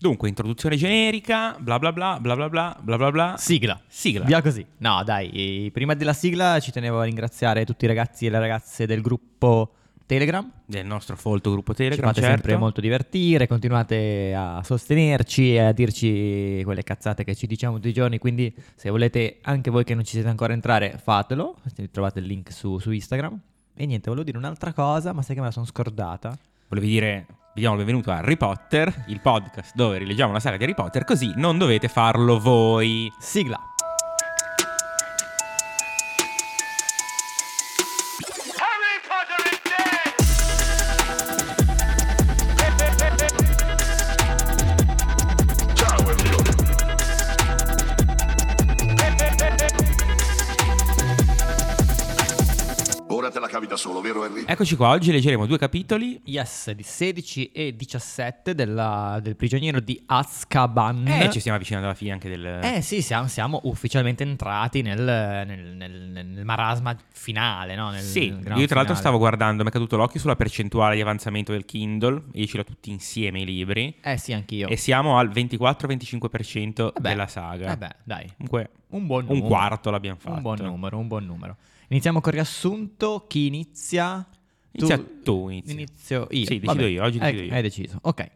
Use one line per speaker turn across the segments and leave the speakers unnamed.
Dunque, introduzione generica, bla bla bla bla bla bla bla bla bla.
Sigla.
Sigla.
Via così. No, dai, eh, prima della sigla ci tenevo a ringraziare tutti i ragazzi e le ragazze del gruppo Telegram.
Del nostro folto gruppo
Ci
Telegram,
fate
certo.
sempre molto divertire, continuate a sostenerci e a dirci quelle cazzate che ci diciamo tutti i giorni, quindi se volete anche voi che non ci siete ancora entrare fatelo, trovate il link su, su Instagram. E niente, volevo dire un'altra cosa, ma sai che me la sono scordata?
Volevi dire, vi diamo il benvenuto a Harry Potter, il podcast dove rileggiamo la saga di Harry Potter, così non dovete farlo voi.
Sigla!
Harry Potter is dead!
Ora te la cavi da solo, vero Henry?
Eccoci qua, oggi leggeremo due capitoli.
Yes, di 16 e 17 della- del prigioniero di Azkaban.
E ci stiamo avvicinando alla fine anche del...
Mm. Eh sì, siamo, siamo ufficialmente entrati nel, nel- nel- nel marasma finale, no? Nel-
Sì,
nel
io tra
gran
l'altro
finale.
stavo guardando, mi è caduto l'occhio sulla percentuale di avanzamento del Kindle, io ce l'ho tutti insieme i libri,
Eh sì, anch'io.
e siamo al 24-25%
Vabbè,
della saga.
Vabbè, dai.
Comunque,
Un buon
un
numero.
quarto l'abbiamo fatto.
Un buon numero, un buon numero. Iniziamo col riassunto. Chi inizia?
Inizia tu, inizia.
Inizio io.
Sì, decido
Vabbè.
io, oggi decido
Ecco,
io.
Hai deciso, ok.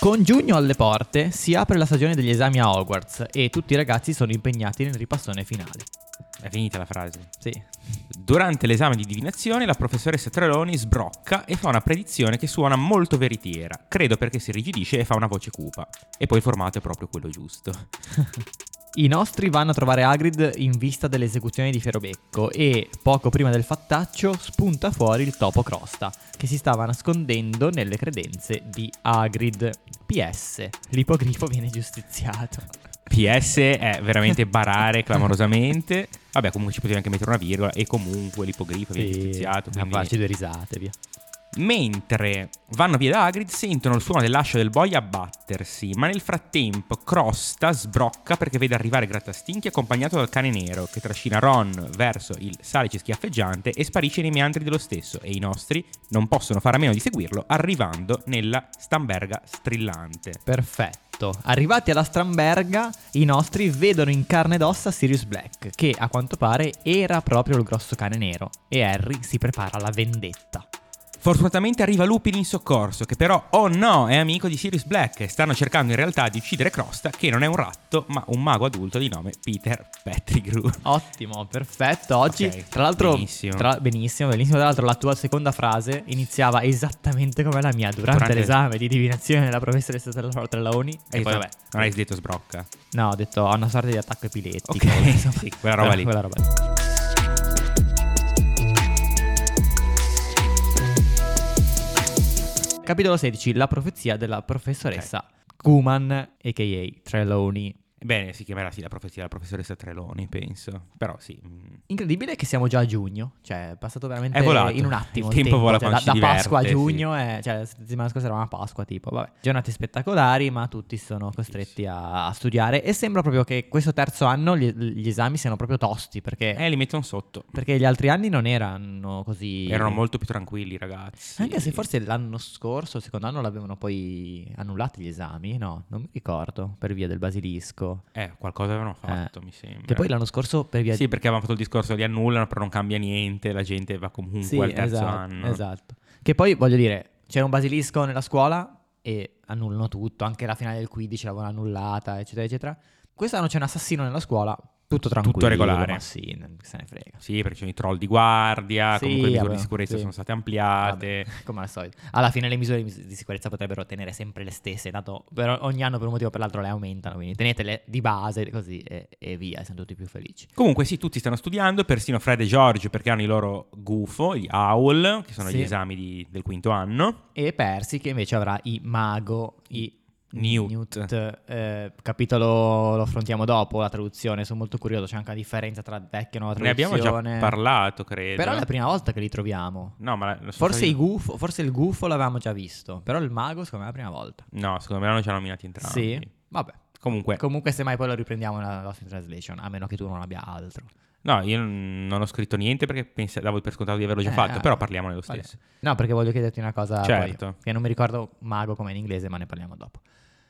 Con giugno alle porte si apre la stagione degli esami a Hogwarts e tutti i ragazzi sono impegnati nel ripassone finale.
È finita la frase.
Sì,
Durante l'esame di divinazione la professoressa Treloni sbrocca e fa una predizione che suona molto veritiera, credo perché si rigidisce e fa una voce cupa. E poi il formato è proprio quello giusto.
I nostri vanno a trovare Hagrid in vista dell'esecuzione di Ferobecco e, poco prima del fattaccio, spunta fuori il topo Crosta, che si stava nascondendo nelle credenze di Hagrid. PS, l'ipogrifo viene giustiziato.
PS è veramente barare clamorosamente. Vabbè, comunque ci potevi anche mettere una virgola e comunque l'ipogrifo viene giustiziato.
Sì, a
quindi-
farci due risate, via.
Mentre vanno via da Hagrid sentono il suono dell'ascia del boia battersi, ma nel frattempo Crosta sbrocca perché vede arrivare Grattastinchi accompagnato dal cane nero che trascina Ron verso il salice schiaffeggiante e sparisce nei meandri dello stesso e i nostri non possono fare a meno di seguirlo arrivando nella stamberga strillante.
Perfetto. Arrivati alla Stramberga, i nostri vedono in carne ed ossa Sirius Black, che a quanto pare era proprio il grosso cane nero, e Harry si prepara alla vendetta.
Fortunatamente arriva Lupin in soccorso che però, oh no, è amico di Sirius Black e stanno cercando in realtà di uccidere Crosta che non è un ratto ma un mago adulto di nome Peter Pettigrew.
Ottimo, perfetto. Oggi,
Ok,
tra l'altro,
benissimo.
tra- benissimo, benissimo. Tra l'altro, la tua seconda frase iniziava esattamente come la mia durante,
Durante-
l'esame di divinazione della professoressa Tra- Trelaoni. E poi, vabbè,
Non Ah, hai detto sbrocca.
no, ho detto ho una sorta di attacco epilettico.
Ok,
insomma.
sì, quella roba lì.
Quella roba lì. Capitolo 16: La profezia della professoressa Kuman, a.k.a. Trelawney.
Bene, si chiamerà sì la profezia della professoressa Treloni, penso. Però sì. mm.
Incredibile che siamo già a giugno, cioè è passato veramente
È volato.
in un attimo.
Il tempo vola
cioè,
quando
da,
ci
da Pasqua a
diverte,
giugno, è- cioè la settimana scorsa era una Pasqua tipo, vabbè. Giornate spettacolari, ma tutti sono costretti a, a studiare e sembra proprio che questo terzo anno gli, gli esami siano proprio tosti perché,
Eh, li mettono sotto.
perché gli altri anni non erano così...
Erano molto più tranquilli, i ragazzi.
Anche se forse l'anno scorso, il secondo anno, l'avevano poi annullati gli esami, no? Non mi ricordo, per via del basilisco.
Eh, qualcosa avevano fatto,
Eh.
mi sembra.
Che poi l'anno scorso per via
Sì, perché avevamo fatto il discorso li annullano, però non cambia niente, la gente va comunque al terzo
esatto,
anno.
Esatto. Che poi voglio dire, c'era un basilisco nella scuola e annullano tutto, anche la finale del 15 l'avevano annullata, eccetera, eccetera. Quest'anno c'è un assassino nella scuola, tutto tranquillo.
regolare.
Ma sì, non se ne frega.
Sì, perché ci sono i troll di guardia,
Sì,
comunque le misure
vabbè,
di sicurezza
sì.
sono state ampliate.
Vabbè, come al solito. Alla fine le misure di sicurezza potrebbero tenere sempre le stesse, tanto per ogni anno per un motivo o per l'altro le aumentano, quindi tenetele di base così e, e via, siamo tutti più felici.
Comunque sì, tutti stanno studiando, persino Fred e George perché hanno i loro gufo, gli OWL, che sono
Sì.
gli esami di- del quinto anno.
E Percy che invece avrà i mago, i
Newt.
eh, capitolo lo affrontiamo dopo, la traduzione, sono molto curioso, c'è anche una differenza tra vecchia e nuova
Ne
traduzione.
abbiamo già parlato, credo.
Però è la prima volta che li troviamo.
No, ma la- la-
Forse,
sono-
i gufo- forse il gufo l'avevamo già visto, però il mago secondo me è la prima volta.
No, secondo me l'hanno già nominati entrambi.
Sì, vabbè.
Comunque,
Comunque semmai poi lo riprendiamo nella Lost in Translation, a meno che tu non abbia altro.
no, io n- non ho scritto niente perché pensa- davo per scontato di averlo già
Eh,
fatto,
vabbè.
però parliamo nello
Vale.
stesso.
No, perché voglio chiederti una cosa. poi,
Certo.
che non mi ricordo mago come in inglese, ma ne parliamo dopo.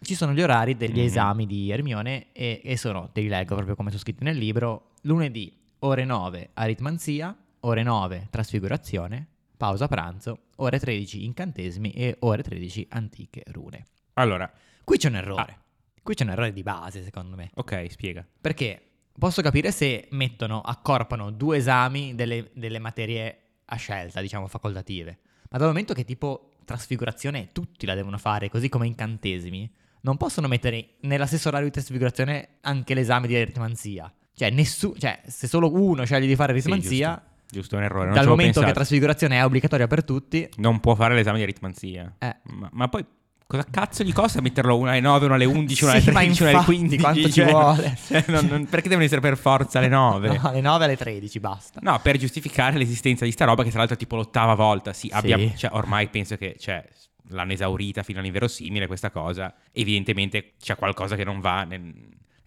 Ci sono gli orari degli
Mhm.
esami di Hermione e, e sono, te li leggo proprio come sono scritti nel libro, lunedì ore 9 aritmanzia, ore 9 trasfigurazione, pausa pranzo, ore 13 incantesimi e ore 13 antiche rune.
Allora,
Qui c'è un errore.
Ah.
Qui c'è un errore di base, secondo me.
ok, spiega.
Perché posso capire se mettono, accorpano due esami delle, delle materie a scelta, diciamo facoltative. Ma dal momento che tipo trasfigurazione tutti la devono fare, così come incantesimi, non possono mettere nella stessa orario di trasfigurazione anche l'esame di aritmanzia. Cioè, nessu- cioè, se solo uno sceglie di fare
Sì,
aritmanzia,
giusto. Giusto, è un errore. non
dal
ci avevo
momento che
pensato.
trasfigurazione è obbligatoria per tutti,
non può fare l'esame di aritmanzia.
Eh.
Ma, ma poi cosa cazzo gli costa metterlo una alle 9, una alle 11, una alle
Sì, ma
13, una alle
infatti,
15?
quanto ci vuole?
cioè, non- non- perché devono essere per forza le 9?
no, alle 9 alle 13 basta.
No, per giustificare l'esistenza di sta roba, che tra l'altro è tipo l'ottava volta. Sì, abbiamo- cioè, ormai penso che cioè, l'hanno esaurita fino all'inverosimile questa cosa. Evidentemente c'è qualcosa che non va. nel-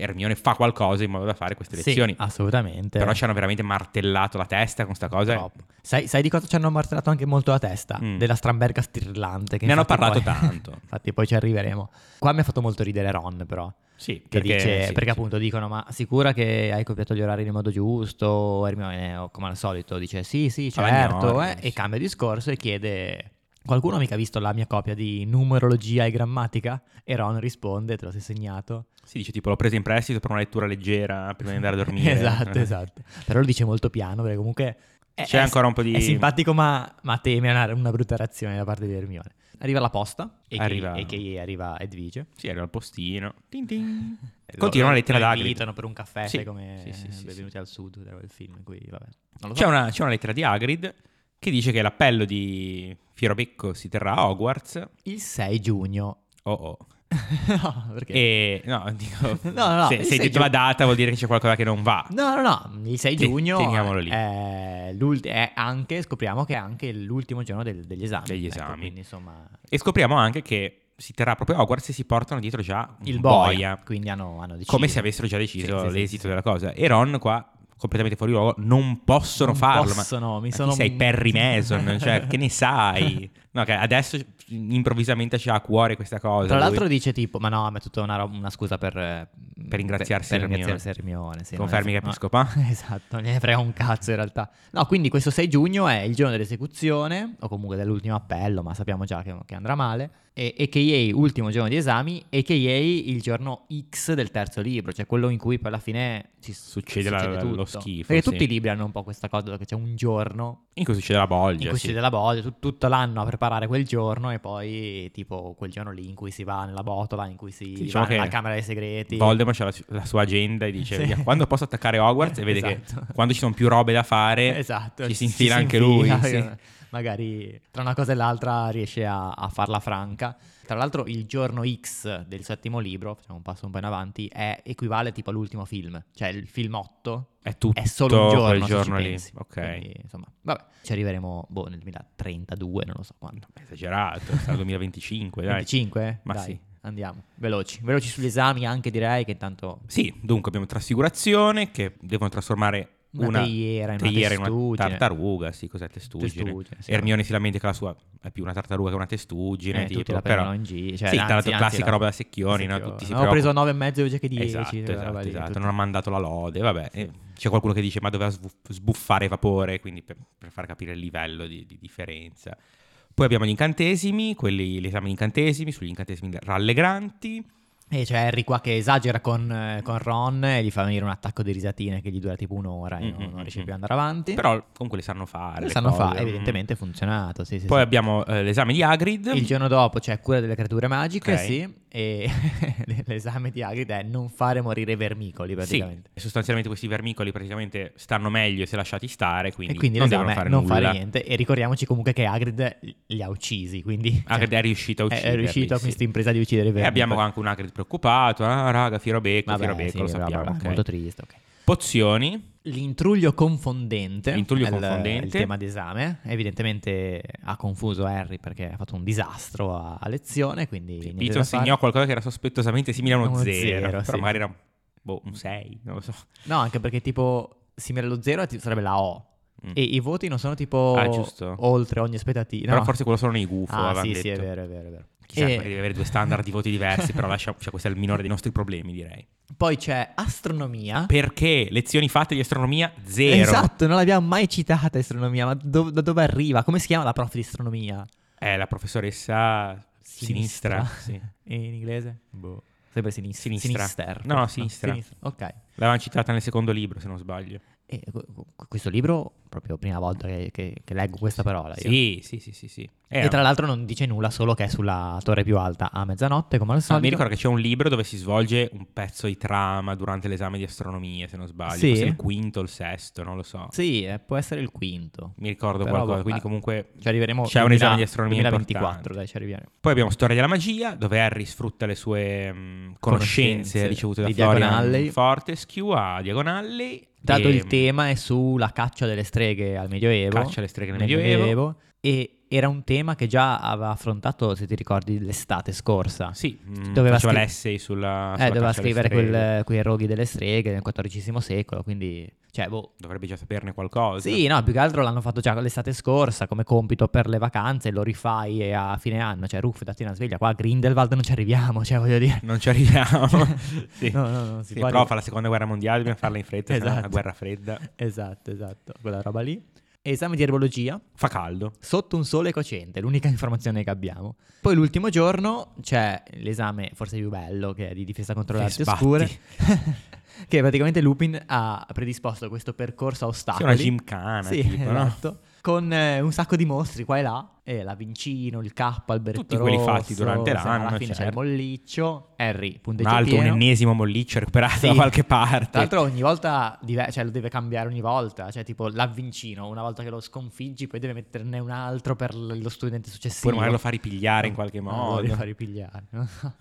Hermione fa qualcosa in modo da fare queste lezioni.
Sì, assolutamente.
Però ci hanno veramente martellato la testa con sta cosa.
Troppo. Sai, sai di cosa ci hanno martellato anche molto la testa?
Mm.
Della stramberga stirlante. Che
Ne hanno
infatti
parlato
poi-
tanto.
infatti poi ci arriveremo. Qua mi ha fatto molto ridere Ron però.
Sì,
Che
perché,
dice,
sì,
perché
sì.
appunto dicono ma sicura che hai copiato gli orari nel modo giusto? Hermione, o come al solito, dice sì sì
Alla mia
certo
ora,
eh",
sì.
e cambia discorso e chiede... Qualcuno ha mica visto la mia copia di numerologia e grammatica? E Ron risponde, te lo sei segnato.
Si dice tipo l'ho presa in prestito per una lettura leggera prima di andare a dormire.
esatto, esatto. Però lo dice molto piano perché comunque è,
C'è
è-
ancora un po' di-
È simpatico ma, ma teme una, una brutta reazione da parte di Hermione. Arriva la posta e
Arriva-
che, e che arriva Edvige.
Sì, era al postino. Tin tin.
E lo-
Continua la
lo-
lettera
lo
da
invitano per un caffè,
Sì,
sai come
sì, sì, sì,
Benvenuti al Sud, era il film in cui, vabbè. Non lo so.
C'è una, c'è una lettera di Hagrid che dice che l'appello di Fierobecco si terrà a Hogwarts.
Il 6 giugno.
Oh oh.
no, perché?
E no, dico,
No, no, no,
se,
il
se è
sei
dietro la
giugno.
data vuol dire che c'è qualcosa che non va.
No, no, no, il 6
Te-
giugno
teniamolo lì.
È l'ult- è anche, scopriamo che è anche l'ultimo giorno del- degli esami.
Degli
Ecco,
esami.
quindi insomma,
E scopriamo anche che si terrà proprio a Hogwarts e si portano dietro già un
il boia, quindi hanno, hanno deciso.
come se avessero già deciso
Sì, sì, sì,
l'esito
sì.
della cosa. E Ron qua completamente fuori luogo, non possono
Non
farlo.
possono,
ma
mi
ma chi
sono-
sei Perry Mason, cioè che ne sai? No, che adesso improvvisamente c'ha a cuore questa cosa.
Tra
lui.
l'altro dice tipo, ma no, ma è tutta una, rob- una scusa per... eh,
Per ringraziarsi
per, per
Hermione.
ringraziarsi Hermione. sì,
Confermi
non
che ah?
è- no.
Episcopa?
Esatto, non gliene frega un cazzo in realtà. No, quindi questo 6 giugno è il giorno dell'esecuzione, o comunque dell'ultimo appello, ma sappiamo già che, che andrà male, e a.k.a. ultimo giorno di esami, a.k.a. il giorno X del terzo libro, cioè quello in cui poi alla fine ci s-
Succede la-
tutto.
lo schifo,
Perché
sì.
tutti i libri hanno un po' questa cosa, che c'è un giorno
In cui succede la
in
bolgia.
cui
sì.
si della bolla, tu- tutto l'anno a preparare quel giorno e poi tipo quel giorno lì in cui si va nella botola, in cui si
Sì, diciamo
va nella
che
camera dei segreti.
Voldemort c'ha la, la sua agenda e dice
Sì.
"Via, quando posso attaccare Hogwarts e vede che
Esatto.
quando ci sono più robe da fare
esatto,
ci si
ci-
infila
ci
anche
si
lui.
infila,
sì.
Magari tra una cosa e l'altra riesce a, a farla franca. Tra l'altro il giorno X del settimo libro, facciamo un passo un po' in avanti, è, equivale tipo all'ultimo film, cioè il film 8
È tutto
è solo un giorno,
quel
se ci
giorno lì.
pensi.
Ok.
Quindi, insomma, vabbè, ci arriveremo boh, nel 2032, non lo so quando.
Esagerato, sarà 2025, dai.
25?
Ma
eh? Dai,
sì.
Andiamo, veloci, veloci sugli esami anche direi che intanto
Sì, dunque abbiamo trasfigurazione che devono trasformare
Una
una,
teiera in una
teiera in una
testuggine.
tartaruga, sì, cos'è testugine?
Testugine, sì.
Hermione si lamenta che la sua è più una tartaruga che una testugine,
eh,
tipo,
tutti la
però
prendono in giro. Cioè,
Sì,
anzi,
tra l'altro
anzi,
classica
la-
roba da secchioni, no?
secchioni.
Tutti si
ho preso
preoccupano.
9 e mezzo invece che 10.
Esatto,
quella cioè, roba
esatto,
lì,
esatto.
tutti-
non ha mandato la lode, vabbè. Eh, C'è qualcuno che dice ma doveva sbu- sbuffare vapore, quindi per, per far capire il livello di, di differenza. Poi abbiamo gli incantesimi, quelli, l'esame di incantesimi, sugli incantesimi rallegranti.
E c'è Harry qua che esagera con, eh, con Ron e gli fa venire un attacco di risatine che gli dura tipo un'ora e
Mm,
non,
mm,
non
mm,
riesce
mm.
più ad andare avanti.
Però comunque le sanno fare.
lo
le
sanno
cose.
fa,
Mm.
evidentemente è funzionato. Sì, sì,
Poi
sì.
abbiamo eh, l'esame di Hagrid.
Il giorno dopo c'è cura delle creature magiche,
Ok.
sì, e l'esame di Hagrid è non fare morire vermicoli
Sì,
praticamente.
sostanzialmente questi vermicoli praticamente stanno meglio se lasciati stare, quindi,
e quindi
non
l'esame
devono fare
non
nulla.
fare niente. E ricordiamoci comunque che Hagrid li ha uccisi, quindi cioè,
Hagrid è riuscito a
è-
ucciderli.
è riuscito a
eh, sì.
questa impresa di uccidere i
E
vermicoli.
abbiamo anche un Hagrid preoccupato, ah raga, Firobecco,
Vabbè,
Firobecco,
sì,
lo
vabbè,
sappiamo.
vabbè,
ok.
molto triste, ok.
Pozioni,
L'intruglio confondente,
L'intruglio
è il-
confondente.
il tema d'esame, evidentemente ha confuso Harry perché ha fatto un disastro a, a lezione, quindi niente da
Piton
fare.
segnò qualcosa che era sospettosamente simile a uno
Uno
0,
zero,
però
sì.
magari era boh, un 6, non lo so.
No, anche perché tipo simile allo zero ti- sarebbe la O
Mm.
e i voti non sono tipo
Ah, giusto.
oltre ogni aspettativa.
Però
no.
forse quello sono nei gufo,
Ah,
avevano
sì, sì, è
detto.
vero, è vero, è vero.
Chissà,
E-
deve avere due standard di voti diversi, però lascia, cioè, questo è il minore dei nostri problemi, direi.
Poi c'è astronomia.
Perché lezioni fatte di astronomia zero.
Esatto, non l'abbiamo mai citata astronomia, ma do- da dove arriva? Come si chiama la prof di astronomia?
È Eh, la professoressa sinistra. sì.
E in inglese? Boh. Sempre sinistra.
Sinistra.
Sinister.
No, sinistra.
Ok.
L'avevamo citata nel secondo libro, se non sbaglio.
E qu- qu- questo libro, proprio prima volta che, che- che leggo questa parola. io.
Sì, sì, sì, sì. sì. Eh,
E tra l'altro non dice nulla, solo che è sulla torre più alta a mezzanotte, come al
ah,
solito.
mi ricordo che c'è un libro dove si svolge un pezzo di trama durante l'esame di astronomia, se non sbaglio.
Sì.
Forse il quinto, il sesto, non lo so.
Sì, eh, può essere il quinto.
Mi ricordo
Però,
qualcosa.
boh,
Quindi
eh,
comunque
Ci arriveremo
C'è un
2000
esame di astronomia
2024,
importante.
dai, ci arriviamo.
Poi abbiamo Storia della magia, dove Harry sfrutta le sue mh, conoscenze
Conoscenze
ricevute da
di
Florian
Diagonalley.
Fortescue a Diagonalley.
Dato
e-
il tema è sulla caccia delle streghe al Medioevo.
Ehm, Caccia alle streghe nel Medioevo.
E era un tema che già aveva affrontato, se ti ricordi, l'estate scorsa.
Sì, mh,
Doveva
faceva
scri-
l'essay sulla,
Eh,
sulla
doveva
caccia alle
scrivere
streghe.
quel, quei roghi delle streghe nel XIV secolo, quindi... Cioè, boh.
Dovrebbe già saperne qualcosa.
Sì, no, più che altro l'hanno fatto già l'estate scorsa come compito per le vacanze, lo rifai e a fine anno, cioè Ruff, datti una sveglia, qua a Grindelwald non ci arriviamo, cioè voglio dire.
Non ci arriviamo. sì.
No, no, no, si
Sì, però
può arrivare.
fa la seconda guerra mondiale, dobbiamo farla in fretta, se no è una
Esatto.
guerra fredda.
Esatto, esatto, quella roba lì. Esame di erbologia,
Fa caldo.
sotto un sole cocente, l'unica informazione che abbiamo. Poi l'ultimo giorno c'è l'esame forse più bello che è di difesa contro le
Che
arti
sbatti.
oscure. che praticamente Lupin ha predisposto questo percorso a
Sì,
ostacoli.
una gymkhana,
Sì,
tipo, no?
esatto. Con eh, un sacco di mostri qua e là, eh, l'Avincino, il K, Alberto
Tutti quelli fatti
Rosso,
durante
se-
l'anno,
Alla fine c'è il
certo.
molliccio, Harry,
Un
punteggio
altro, un
pieno.
ennesimo molliccio recuperato da
Sì.
qualche parte.
Tra l'altro ogni volta diver- cioè, lo deve cambiare ogni volta, cioè tipo l'avvincino, una volta che lo sconfiggi poi deve metterne un altro per l- lo studente successivo.
Poi magari lo fa ripigliare in qualche
No,
modo.
Lo deve far ripigliare.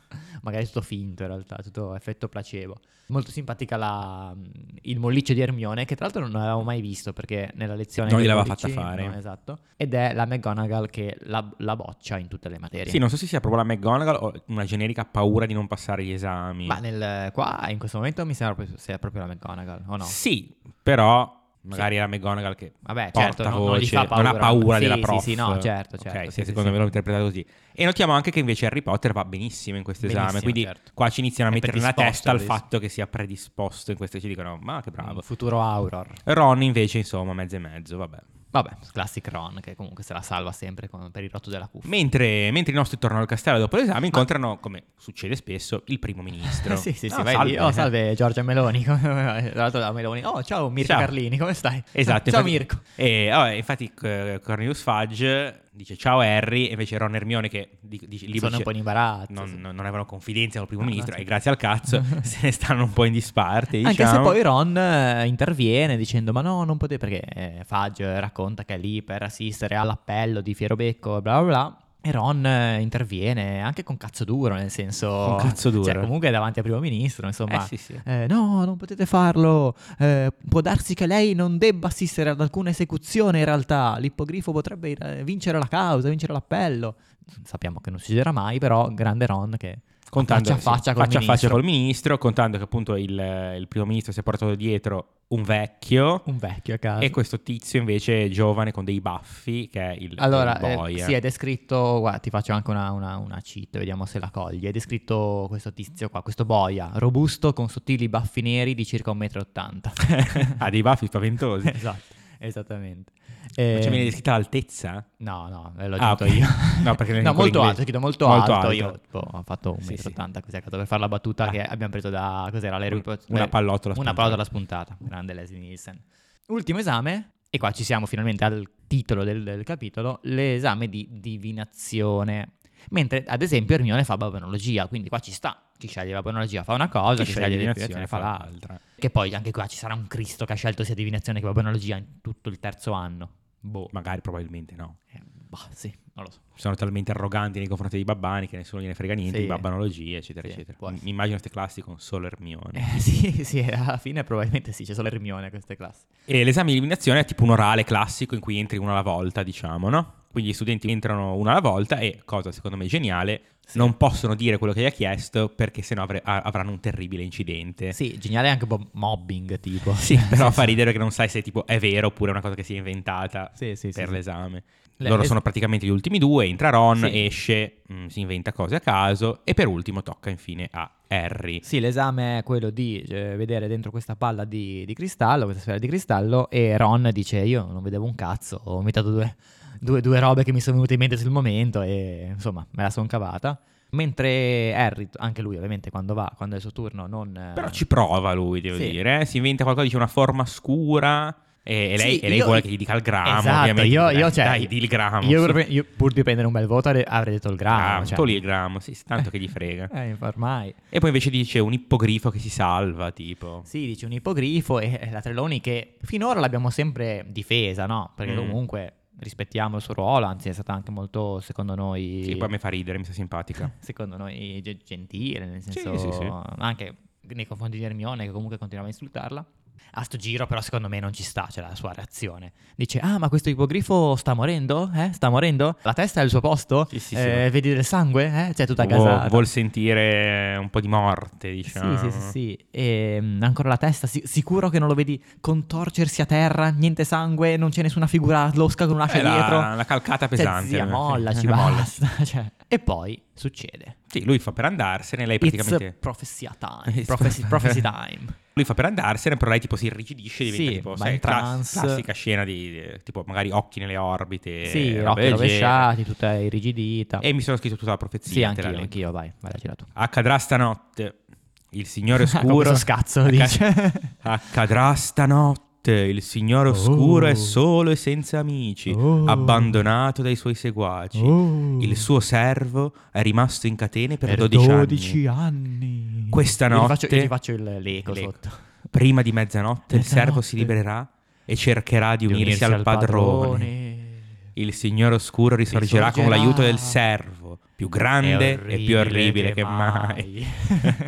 magari è tutto finto in realtà, tutto effetto placebo. Molto simpatica la- il molliccio di Hermione, che tra l'altro non avevamo mai visto perché nella lezione...
Non
dei
gliel'aveva
mollicci-
fatta fare.
no, esatto. Ed è la McGonagall che la, la boccia in tutte le materie.
Sì, non so se sia proprio la McGonagall o una generica paura di non passare gli esami.
Ma nel, qua in questo momento mi sembra proprio, sia proprio la McGonagall, o no?
Sì, però magari è la McGonagall che
Vabbè,
porta
certo, non- non
voce,
gli fa paura.
ha paura
Sì,
della
sì,
prof.
sì, no, certo, certo,
Ok,
sì,
sì,
sì,
secondo
sì.
me l'ho interpretato così. E notiamo anche che invece Harry Potter va benissimo in questo esame,
Benissimo,
quindi
certo.
qua ci iniziano a
È
mettere nella testa
predisposto,
il
predisposto.
fatto che sia predisposto in questo ci dicono "Ma che bravo".
Un futuro Auror.
Ron invece, insomma, mezzo e mezzo, vabbè.
Vabbè, classic Ron, che comunque se la salva sempre con- per il rotto della cuffia.
Mentre, mentre i nostri tornano al castello dopo l'esame incontrano, come succede spesso, il primo ministro.
sì, sì, sì,
No,
vai
salve.
lì. Oh, salve Giorgia Meloni. Come vai? Tra l'altro la Meloni. Oh, ciao Mirko
Ciao.
Carlini, come stai?
Esatto.
ciao
infatti-
Mirko.
E vabbè, infatti eh, Cornelius Fudge dice ciao Harry, e invece Ron e Hermione che di- dice, lì dice-
Sono un po' in imbarazzo.
non,
sì.
non- non avevano confidenza col primo
No, no,
ministro
sì.
e grazie al cazzo se ne stanno un po' in disparte.
Anche se
diciamo.
poi Ron eh, interviene dicendo ma no, non potete perché eh, Fudge racconta che è lì per assistere all'appello di Fierobecco bla bla bla. E Ron eh, interviene anche con cazzo duro, nel senso...
Con cazzo duro.
Cioè comunque è davanti al primo ministro,
Eh,
insomma.
sì, sì.
Eh, no, non potete farlo. Eh, può darsi che lei non debba assistere ad alcuna esecuzione. In realtà, l'ippogrifo potrebbe eh, vincere la causa, vincere l'appello. Sappiamo che non succederà mai, però, grande Ron che
Contando-
faccia a faccia
sì,
col
faccia a faccia
ministro.
col ministro, contando che appunto il, il primo ministro si è portato dietro un vecchio
un vecchio a caso.
e questo tizio invece è giovane con dei baffi che è il
Allora,
il
eh,
boia.
sì, è descritto, guarda, ti faccio anche una, una, una cheat, vediamo se la cogli. È descritto questo tizio qua, questo boia, robusto con sottili baffi neri di circa 1,80 m.
ha Ah, dei baffi spaventosi.
esatto, esattamente.
Ma ci
Ehm,
viene descritta l'altezza?
No, no, ve l'ho
Ah,
detto
ok.
io.
No, perché nel-
no,
con
molto
l'inglese-
alto, chiedo molto,
molto
alto.
alto.
Io tipo, ho fatto 1,80
Sì, sì.
m così a caso per fare la battuta
Ah.
che abbiamo preso da cos'era l'Harry
Un-
Potter-
una pallottola
Una
spuntata.
pallottola spuntata, grande Leslie Nielsen. Ultimo esame e qua ci siamo finalmente al titolo del, del capitolo, l'esame di divinazione. Mentre ad esempio Hermione fa babonologia, quindi qua ci sta. Chi sceglie babonologia fa una cosa, chi, sceglie divinazione fa l'altra. Che poi anche qua ci sarà un Cristo che ha scelto sia divinazione che babonologia in tutto il terzo anno. Boh.
Magari, probabilmente no.
Eh, bah, sì, non lo so.
Sono talmente arroganti nei confronti dei babbani che nessuno gliene frega niente,
Sì.
di babbanologia, eccetera,
Sì, può
eccetera. Mi
essere.
mi immagino queste classi con solo Ermione.
Eh, sì, sì, alla fine probabilmente sì, c'è solo Hermione a queste classi.
E l'esame di eliminazione è tipo un orale classico in cui entri uno alla volta, diciamo, no? Quindi gli studenti entrano uno alla volta e, cosa secondo me geniale, Non possono dire quello che gli ha chiesto perché sennò avre- a- avranno un terribile incidente.
Eh, Sì, geniale anche un po' mobbing, tipo.
Sì, però fa ridere che non sai se tipo è vero oppure è una cosa che si è inventata
Sì, sì, sì,
per
sì.
l'esame.
Le-
Loro
le-
sono praticamente gli ultimi due, entra Ron,
Sì.
esce, mm, si inventa cose a caso e per ultimo tocca infine a Harry.
Sì, l'esame è quello di eh, vedere dentro questa palla di, di cristallo, questa sfera di cristallo, e Ron dice io non vedevo un cazzo, ho inventato due, due- due robe che mi sono venute in mente sul momento e insomma me la sono cavata. Mentre Harry, anche lui ovviamente quando va, quando è il suo turno, non... eh,
Però ci prova lui, devo
Sì.
dire, eh. si inventa qualcosa, dice una forma scura e, e lei,
Sì,
e lei
io-
vuole che gli dica il grammo,
Esatto,
ovviamente.
io,
dai,
io, cioè,
dai, di il grammo.
Io,
sì.
proprio- io pur di prendere un bel voto are- avrei detto il
Ah,
grammo. cioè.
togli il grammo, sì, tanto che gli frega.
Eh, ormai.
E poi invece dice un ippogrifo che si salva, tipo.
Sì, dice un ippogrifo e e la Treloni che finora l'abbiamo sempre difesa, no? Perché
Mm.
comunque rispettiamo il suo ruolo, anzi è stata anche molto, secondo noi,
Sì, poi a me fa ridere, mi sta simpatica.
secondo noi ge- gentile, nel
Ecco. Sì,
senso
sì, sì.
anche nei confronti di Hermione che comunque continuava a insultarla. A sto giro però secondo me non ci sta, c'è la sua reazione. Dice, ah ma questo ippogrifo sta morendo? Eh? Sta morendo? La testa è al suo posto?
Sì, sì, sì.
Eh, Vedi del sangue? Eh? Cioè tutta
Vuol-
casata. Eh
vuol sentire un po' di morte, diciamo.
Sì, sì, sì, sì. E, mm, ancora la testa, si- sicuro che non lo vedi contorcersi a terra, niente sangue, non c'è nessuna figura losca con una
Eh,
ascia
la-
dietro.
la calcata pesante,
Cioè, zia,
eh, sì.
molla, ci
Eh, molla.
basta. cioè. E poi succede.
Sì, lui fa per andarsene, lei
It's
praticamente...
prophecy time.
It's-
prophecy, prophecy time.
Lui fa per andarsene, però lei tipo si irrigidisce, diventa
Sì,
tipo...
va
sai,
in
clas-
trance.
Classica scena di... eh, tipo magari occhi nelle orbite.
sì,
Eh, robe
occhi
del genere.
rovesciati, tutta irrigidita.
E mi sono scritto tutta la profezia.
sì,
te la
anch'io,
leggo.
anch'io, vai, vai, la girato.
Accadrà stanotte il Signore
Con
Oscuro.
questo scazzo,
Acca-
dice.
Accadrà stanotte il Signore Oscuro
Oh.
è solo e senza amici,
Oh.
abbandonato dai suoi seguaci.
Oh.
Il suo servo è rimasto in catene per,
12 anni.
Questa
Io ti
notte-
faccio- Io ti faccio, il l'eco
L'eco.
sotto.
Prima di mezzanotte il servo
Mezzanotte.
si libererà e cercherà di, unirsi, al padrone. Il Signore Oscuro risorgerà con
Risorgerà.
l'aiuto del servo, più grande
È
e più orribile
orribile
che
che
mai.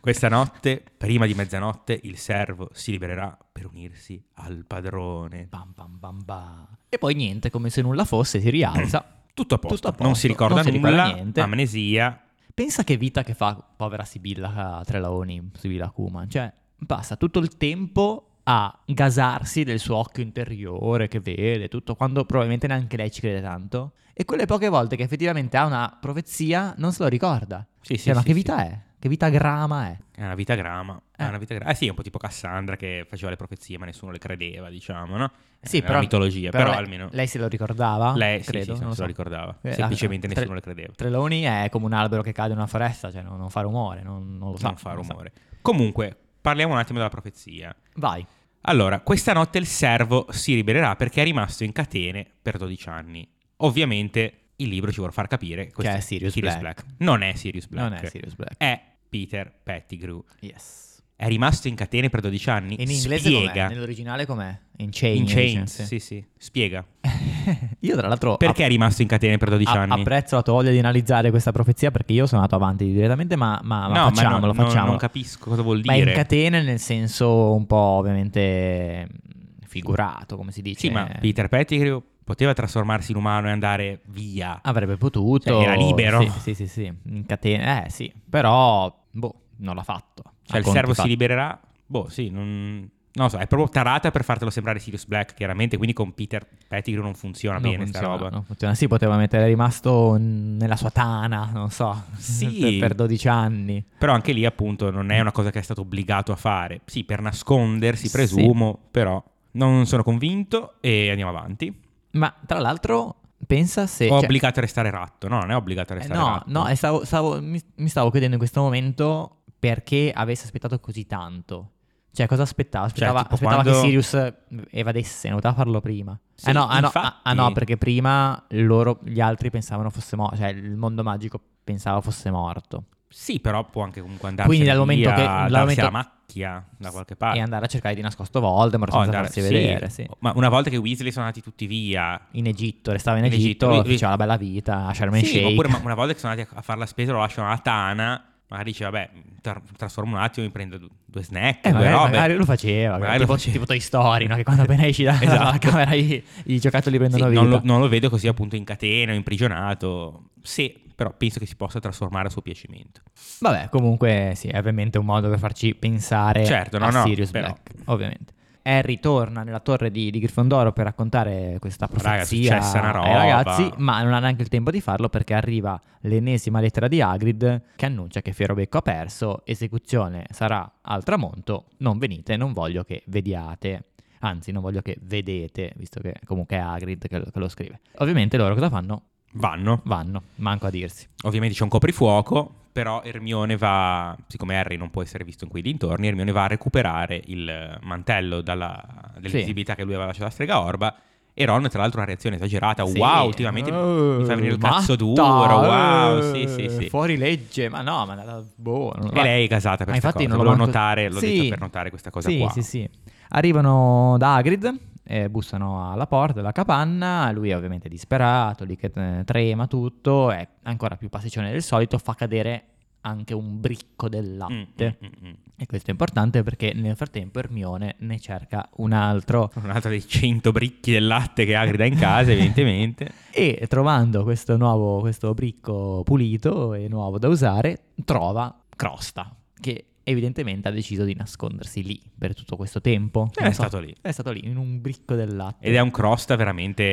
Questa notte, prima di mezzanotte, il servo si libererà per unirsi al padrone.
Bam, bam, bam, bam. E poi niente, come se nulla fosse, si rialza.
Tutto a posto,
Tutto a posto.
non si ricorda
Non si ricorda
nulla,
niente.
amnesia,
Pensa che vita che fa povera Sibilla Trelaoni, Sibilla Kuman. Cioè, passa tutto il tempo a gasarsi del suo occhio interiore che vede tutto, quando probabilmente neanche lei ci crede tanto. E quelle poche volte che effettivamente ha una profezia non se lo ricorda.
Sì, sì,
Cioè, ma
sì,
che
sì.
vita è? Che vita grama è?
È una vitagrama. È
Eh.
una vitagrama. Eh sì, è un po' tipo Cassandra che faceva le profezie, ma nessuno le credeva, diciamo, no?
Sì,
Eh,
però,
la mitologia, però,
lei,
almeno
lei se lo ricordava?
lei sì,
Ah, credo,
sì, sì,
non
se lo
so.
ricordava.
Eh,
Semplicemente
ah,
nessuno
Tre-
le credeva.
Treloni è come un albero che cade in una foresta, cioè non, non fa rumore, non, non lo sa.
non fa
lo sa.
rumore. Comunque, parliamo un attimo della profezia.
Vai.
Allora, questa notte il servo si libererà perché è rimasto in catene per 12 anni. Ovviamente il libro ci vuole far capire questo
Che è Sirius Black.
Non è Sirius Black.
Non è Sirius Black.
È Peter Pettigrew.
Yes.
È rimasto in catene per 12 anni.
In inglese com'è?
Spiega.
Nell'originale com'è? In chains.
In chains, sì, sì. Spiega.
Io tra l'altro
Perché è rimasto in catene per 12
app-
anni?
apprezzo la tua voglia di analizzare questa profezia perché io sono andato avanti direttamente, ma, ma, ma
no,
facciamolo,
ma no, non-
facciamolo.
non capisco cosa vuol
ma in
dire.
catene nel senso un po' ovviamente mh, figurato, come si dice.
Sì, ma Peter Pettigrew poteva trasformarsi in umano e andare via.
Avrebbe potuto.
Cioè, era libero.
Sì, sì, sì, sì. in catena. Eh sì, però boh, non l'ha fatto.
Cioè,
A
il
conti
servo si
fatti.
libererà? Boh, sì, non... non lo so, è proprio tarata per fartelo sembrare Sirius Black, chiaramente, quindi con Peter Pettigrew non funziona
Non
bene
funziona,
sta roba.
non funziona. Sì, poteva mettere rimasto nella sua tana, non so,
Sì.
per, per 12 anni.
Però anche lì, appunto, non è una cosa che è stato obbligato a fare. Sì, per nascondersi, presumo, però non sono convinto e andiamo avanti.
Ma tra l'altro, pensa se...
Ho
cioè,
obbligato a restare ratto, no? Non è obbligato a
eh,
restare
no,
ratto.
no, e stavo- stavo- mi, mi stavo chiedendo in questo momento perché avesse aspettato così tanto. Cioè, cosa aspettava? Aspettava,
tipo,
aspettava
quando-
che Sirius evadesse, non poteva farlo prima.
Sì,
ah, no, ah, no,
infatti.
ah, ah no, perché prima loro, gli altri pensavano fosse morto, cioè il mondo magico pensava fosse morto.
Sì, però può anche comunque andare
Quindi dal momento che-
darsi
dal
la
momento-
macchia da qualche
E
parte.
andare a cercare di nascosto Voldemort
O
senza
Oh, andare-
farsi
sì,
vedere, sì.
Ma una volta che i Weasley sono andati tutti via,
In Egitto, restava in
In Egitto,
Egitto,
lui- lui-
faceva la bella vita a Sharm el
Sì,
Sheikh.
oppure ma- una volta che sono andati a a fare la spesa lo lasciano alla tana, magari dice vabbè, tra- trasformo un attimo, mi prendo du- due snack,
Eh,
due
magari,
robe.
magari lo faceva,
Magari
tipo,
lo faceva.
tipo Toy Story, no? che quando appena esci dalla,
Esatto.
dalla camera i, i giocattoli
Sì,
prendono
non,
vita.
lo, non lo vedo così appunto in catena o imprigionato. Se però penso che si possa trasformare a suo piacimento.
Vabbè, comunque sì, è ovviamente un modo per farci pensare
Certo, no,
a
no,
Sirius
però-
Black, ovviamente. Harry torna nella torre di, di Grifondoro per raccontare questa
Raga, è
profezia
successa una
ai
roba.
ragazzi, ma non ha neanche il tempo di farlo perché arriva l'ennesima lettera di Hagrid che annuncia che Fierobecco ha perso, esecuzione sarà al tramonto, non venite, non voglio che vediate. Anzi, non voglio che vedete, visto che comunque è Hagrid che lo, che lo scrive. Ovviamente loro cosa fanno?
Vanno.
Vanno, manco a dirsi.
Ovviamente c'è un coprifuoco, però Ermione va, siccome Harry non può essere visto in quei dintorni, Ermione va a recuperare il mantello dalla, dell'invisibilità che lui aveva lasciato a Strega Orba. E Ron, tra l'altro, ha una reazione esagerata.
Sì. Uh,
Wow, ultimamente mi fa venire il cazzo
Matta,
duro. Wow,
eh,
sì, sì, sì.
Fuori legge, ma no, ma la- boh. non-
E lei è casata per
Ma
questa
infatti
cosa.
non l'ho
Volevo
manco-
notare, l'ho
Sì.
detto per notare questa cosa
sì,
qua.
Sì, sì, Arrivano da Hagrid, eh, bussano alla porta della capanna, lui è ovviamente disperato, lì che eh, trema tutto, è ancora più pasticcione del solito, fa cadere anche un bricco del
Mm,
latte.
mm, mm, mm.
E questo è importante perché nel frattempo Ermione ne cerca un altro.
Un altro dei 100 bricchi del latte che Hagrid ha in casa, evidentemente.
E trovando questo nuovo questo bricco pulito e nuovo da usare, trova Crosta, che evidentemente ha deciso di nascondersi lì per tutto questo tempo.
Eh,
Non
è stato lì.
È stato lì, in un bricco del latte.
Ed è un crosta veramente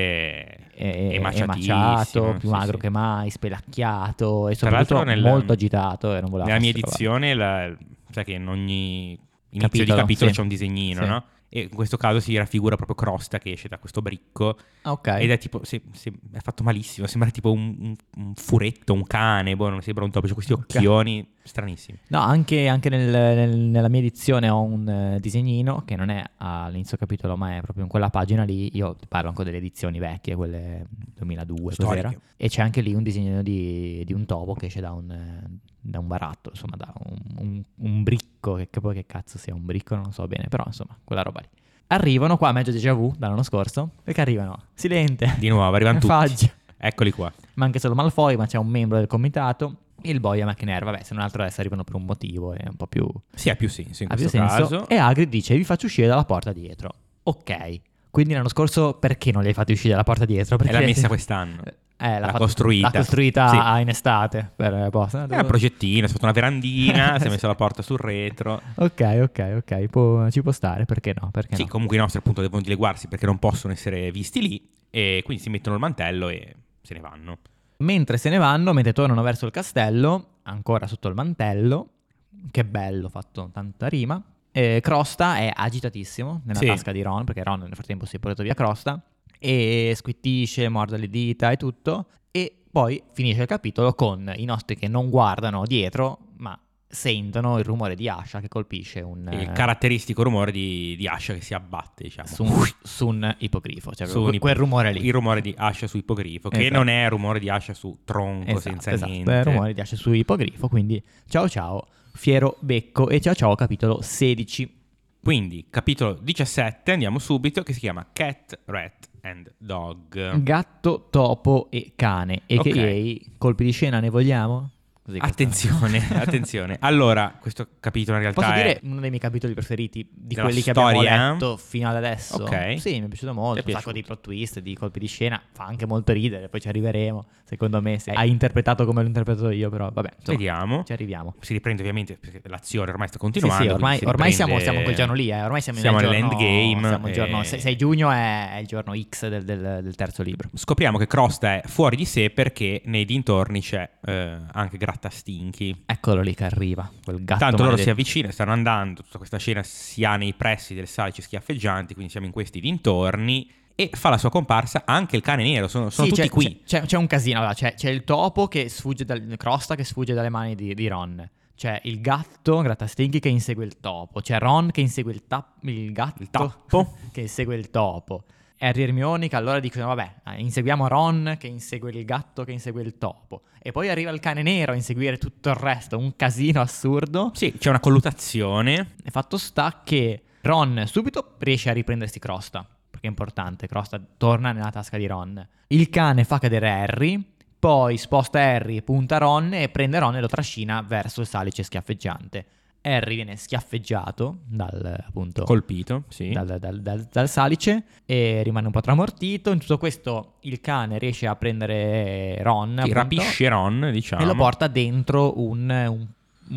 È- è
emaciatissimo,
emaciato, più
sì,
magro
sì.
che mai, spelacchiato e
Tra l'altro
soprattutto
nel-
molto agitato e non voleva
Nella mia
farsi trovare.
edizione, la- sai che in ogni inizio
Capitolo,
di capitolo
sì.
c'è un disegnino,
Sì.
no? E in questo caso si raffigura proprio Crosta che esce da questo bricco
Ah, ok.
ed è tipo, se- se- è fatto malissimo, sembra tipo un, un- un furetto, un cane, boh, non sembra un topo, c'è questi occhioni stranissimi.
No, anche, anche nel- nel- nella mia edizione ho un eh, disegnino che non è all'inizio capitolo, ma è proprio in quella pagina lì. Io ti parlo anche delle edizioni vecchie, quelle 2002,
Storiche.
cos'era? E c'è anche lì un disegnino di, di un topo che esce da un, eh, da un barattolo, insomma, da un, un- un bricco, che, che poi che cazzo sia un bricco, non lo so bene, però insomma, quella roba lì. Arrivano qua a mezzo déjà vu dall'anno scorso, perché arrivano Silente,
Di nuovo, arrivano tutti.
Faggio,
Eccoli qua.
ma anche solo Malfoy, ma c'è un membro del comitato. E il boia McNair, vabbè, se non altro adesso arrivano per un motivo, è un po' più
Sì, ha più senso in
ha più
questo
senso.
caso.
E Hagrid dice: Vi faccio uscire dalla porta dietro. Ok. Quindi l'anno scorso perché non li hai fatti uscire dalla porta dietro?
E
Perché
l'ha messa quest'anno.
Eh, l'ha
L'ha
fatta-
costruita.
L'ha costruita
Sì.
ah, in estate per eh, posta.
Era un progettino, si è fatto una verandina, si è messa la porta sul retro.
Ok, ok, ok. può- ci può stare, perché no? Perché
Sì,
Eh no?
comunque i nostri appunto devono dileguarsi perché non possono essere visti lì e quindi si mettono il mantello e se ne vanno.
Mentre se ne vanno, mentre tornano verso il castello, ancora sotto il mantello, che bello, ho fatto tanta rima. eh, Crosta è agitatissimo nella
Sì.
tasca di Ron, perché Ron nel frattempo si è portato via Crosta, e squittisce, morde le dita e tutto, e poi finisce il capitolo con i nostri che non guardano dietro, ma sentono il rumore di Asha che colpisce un...
Il
eh,
caratteristico rumore di, di Ascia che si abbatte, diciamo.
su un, su un ipogrifo, cioè
Su
proprio
un
quel
ip-
rumore lì.
Il rumore di Ascia su ipogrifo, che
Esatto.
non è rumore di Ascia su tronco
Esatto,
senza
esatto,
niente.
È rumore di asce su ipogrifo, quindi ciao ciao, fiero becco e ciao ciao capitolo 16.
Quindi, capitolo 17, andiamo subito, che si chiama Cat, Rat and Dog.
Gatto, topo e cane. E
Ok.
che colpi di scena ne vogliamo? Così questa-
Attenzione, attenzione. Allora, questo capitolo in realtà
Posso
è...
dire uno dei miei capitoli preferiti di
Della
quelli che
storia?
abbiamo letto fino ad adesso?
Ok.
Sì, mi è piaciuto
Ti
molto.
è
un
piaciuto?
sacco di plot twist, di colpi di scena. Fa anche molto ridere, poi ci arriveremo. Secondo me, se hai interpretato come l'ho interpretato io, però vabbè. insomma,
Vediamo.
Ci arrivando.
si riprende ovviamente perché l'azione ormai sta
Sì,
continuando.
sì,
quindi
ormai,
si
ormai siamo,
riprende-
siamo quel giorno lì, eh, ormai siamo,
siamo
nel giorno,
all'endgame,
Siamo il giorno,
eh.
6, giugno è è il giorno X del, del- del terzo libro.
Scopriamo che Crosta è fuori di sé perché nei dintorni c'è eh, anche Grattastinchi.
Eccolo lì che arriva, quel gatto
Tanto loro si
maledetto.
avvicinano, stanno andando, tutta questa scena si ha nei pressi del salice schiaffeggianti, quindi siamo in questi dintorni e fa la sua comparsa anche il cane nero, sono, sono
Sì,
tutti
c'è,
qui.
C'è, c'è- c'è un casino, allora, c'è, c'è il topo che sfugge dal crosta che sfugge dalle mani di, di Ron. C'è il gatto, Grattastinchi, che insegue il topo. C'è Ron che insegue il, tap- il gatto.
Il tappo.
che insegue il topo. Harry e Hermione che allora dicono vabbè, eh, inseguiamo Ron che insegue il gatto che insegue il topo. E poi arriva il cane nero a inseguire tutto il resto, un casino assurdo.
Sì, c'è una collutazione.
E fatto sta che Ron subito riesce a riprendersi Crosta, perché è importante, Crosta torna nella tasca di Ron. Il cane fa cadere Harry, poi sposta Harry, punta Ron e prende Ron e lo trascina verso il salice schiaffeggiante. Harry viene schiaffeggiato dal, appunto,
Colpito, sì.
Boh. dal, dal- dal- dal salice e rimane un po' tramortito. In tutto questo il cane riesce a prendere Ron
Sì,
appunto,
rapisce Ron, diciamo.
e lo porta dentro un, un-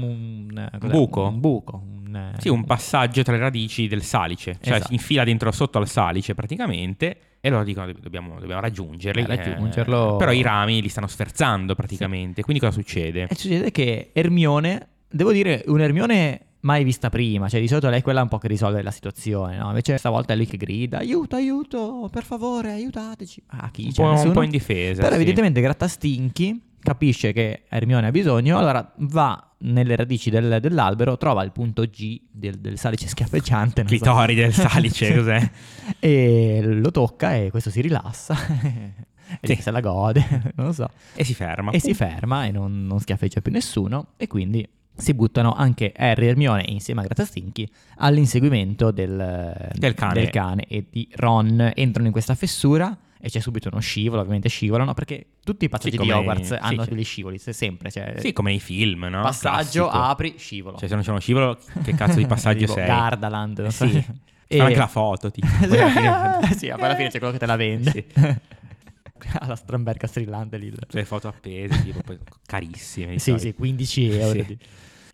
un- cos'è?
buco.
Un buco, un-
Eh, Sì, un passaggio tra le radici del salice, cioè
eh. Esatto.
si infila dentro sotto al salice praticamente e loro dicono "Dob- dobbiamo, dobbiamo raggiungerli.
Eh, raggiungerlo.
eh, però i rami li stanno sferzando praticamente, quindi cosa succede?
E succede che Ermione, devo dire, un Ermione mai vista prima, cioè di solito lei è quella un po' che risolve la situazione, no? Invece stavolta è lui che grida, aiuto, aiuto, per favore, aiutateci. Ah, chi
Un
c'è?
po', un
Nessuno?
po' in difesa.
Però
sì.
evidentemente Grattastinchi capisce che Ermione ha bisogno, allora va nelle radici del- dell'albero, trova il punto G del, del salice schiaffeggiante. non so.
Clitoride del salice,
Sì.
cos'è?
E lo tocca e questo si rilassa. E
Sì.
se la gode, non lo so.
E si ferma.
E si ferma e non, non schiaffeggia più nessuno e quindi si buttano anche Harry e Hermione insieme a Grattastinchi all'inseguimento del,
Del cane.
e di Ron. Entrano in questa fessura e c'è subito uno scivolo, ovviamente scivolano perché tutti i passaggi di
come-
Hogwarts
sì,
hanno
sì.
degli scivoli, se- sempre. Cioè,
Sì, come nei film, no?
passaggio,
Classico.
apri, scivolo.
Cioè se non c'è uno scivolo, che cazzo di passaggio
Tipo
sei?
Gardaland. non so.
Sì.
E-
Fa anche la foto, tipo. poi alla fine-
sì, poi alla fine c'è quello che te la vende.
Sì.
Alla stramberga strillante lì.
Le foto appese, tipo, poi carissime. di
Sì,
solito.
sì, 15 euro.
Sì.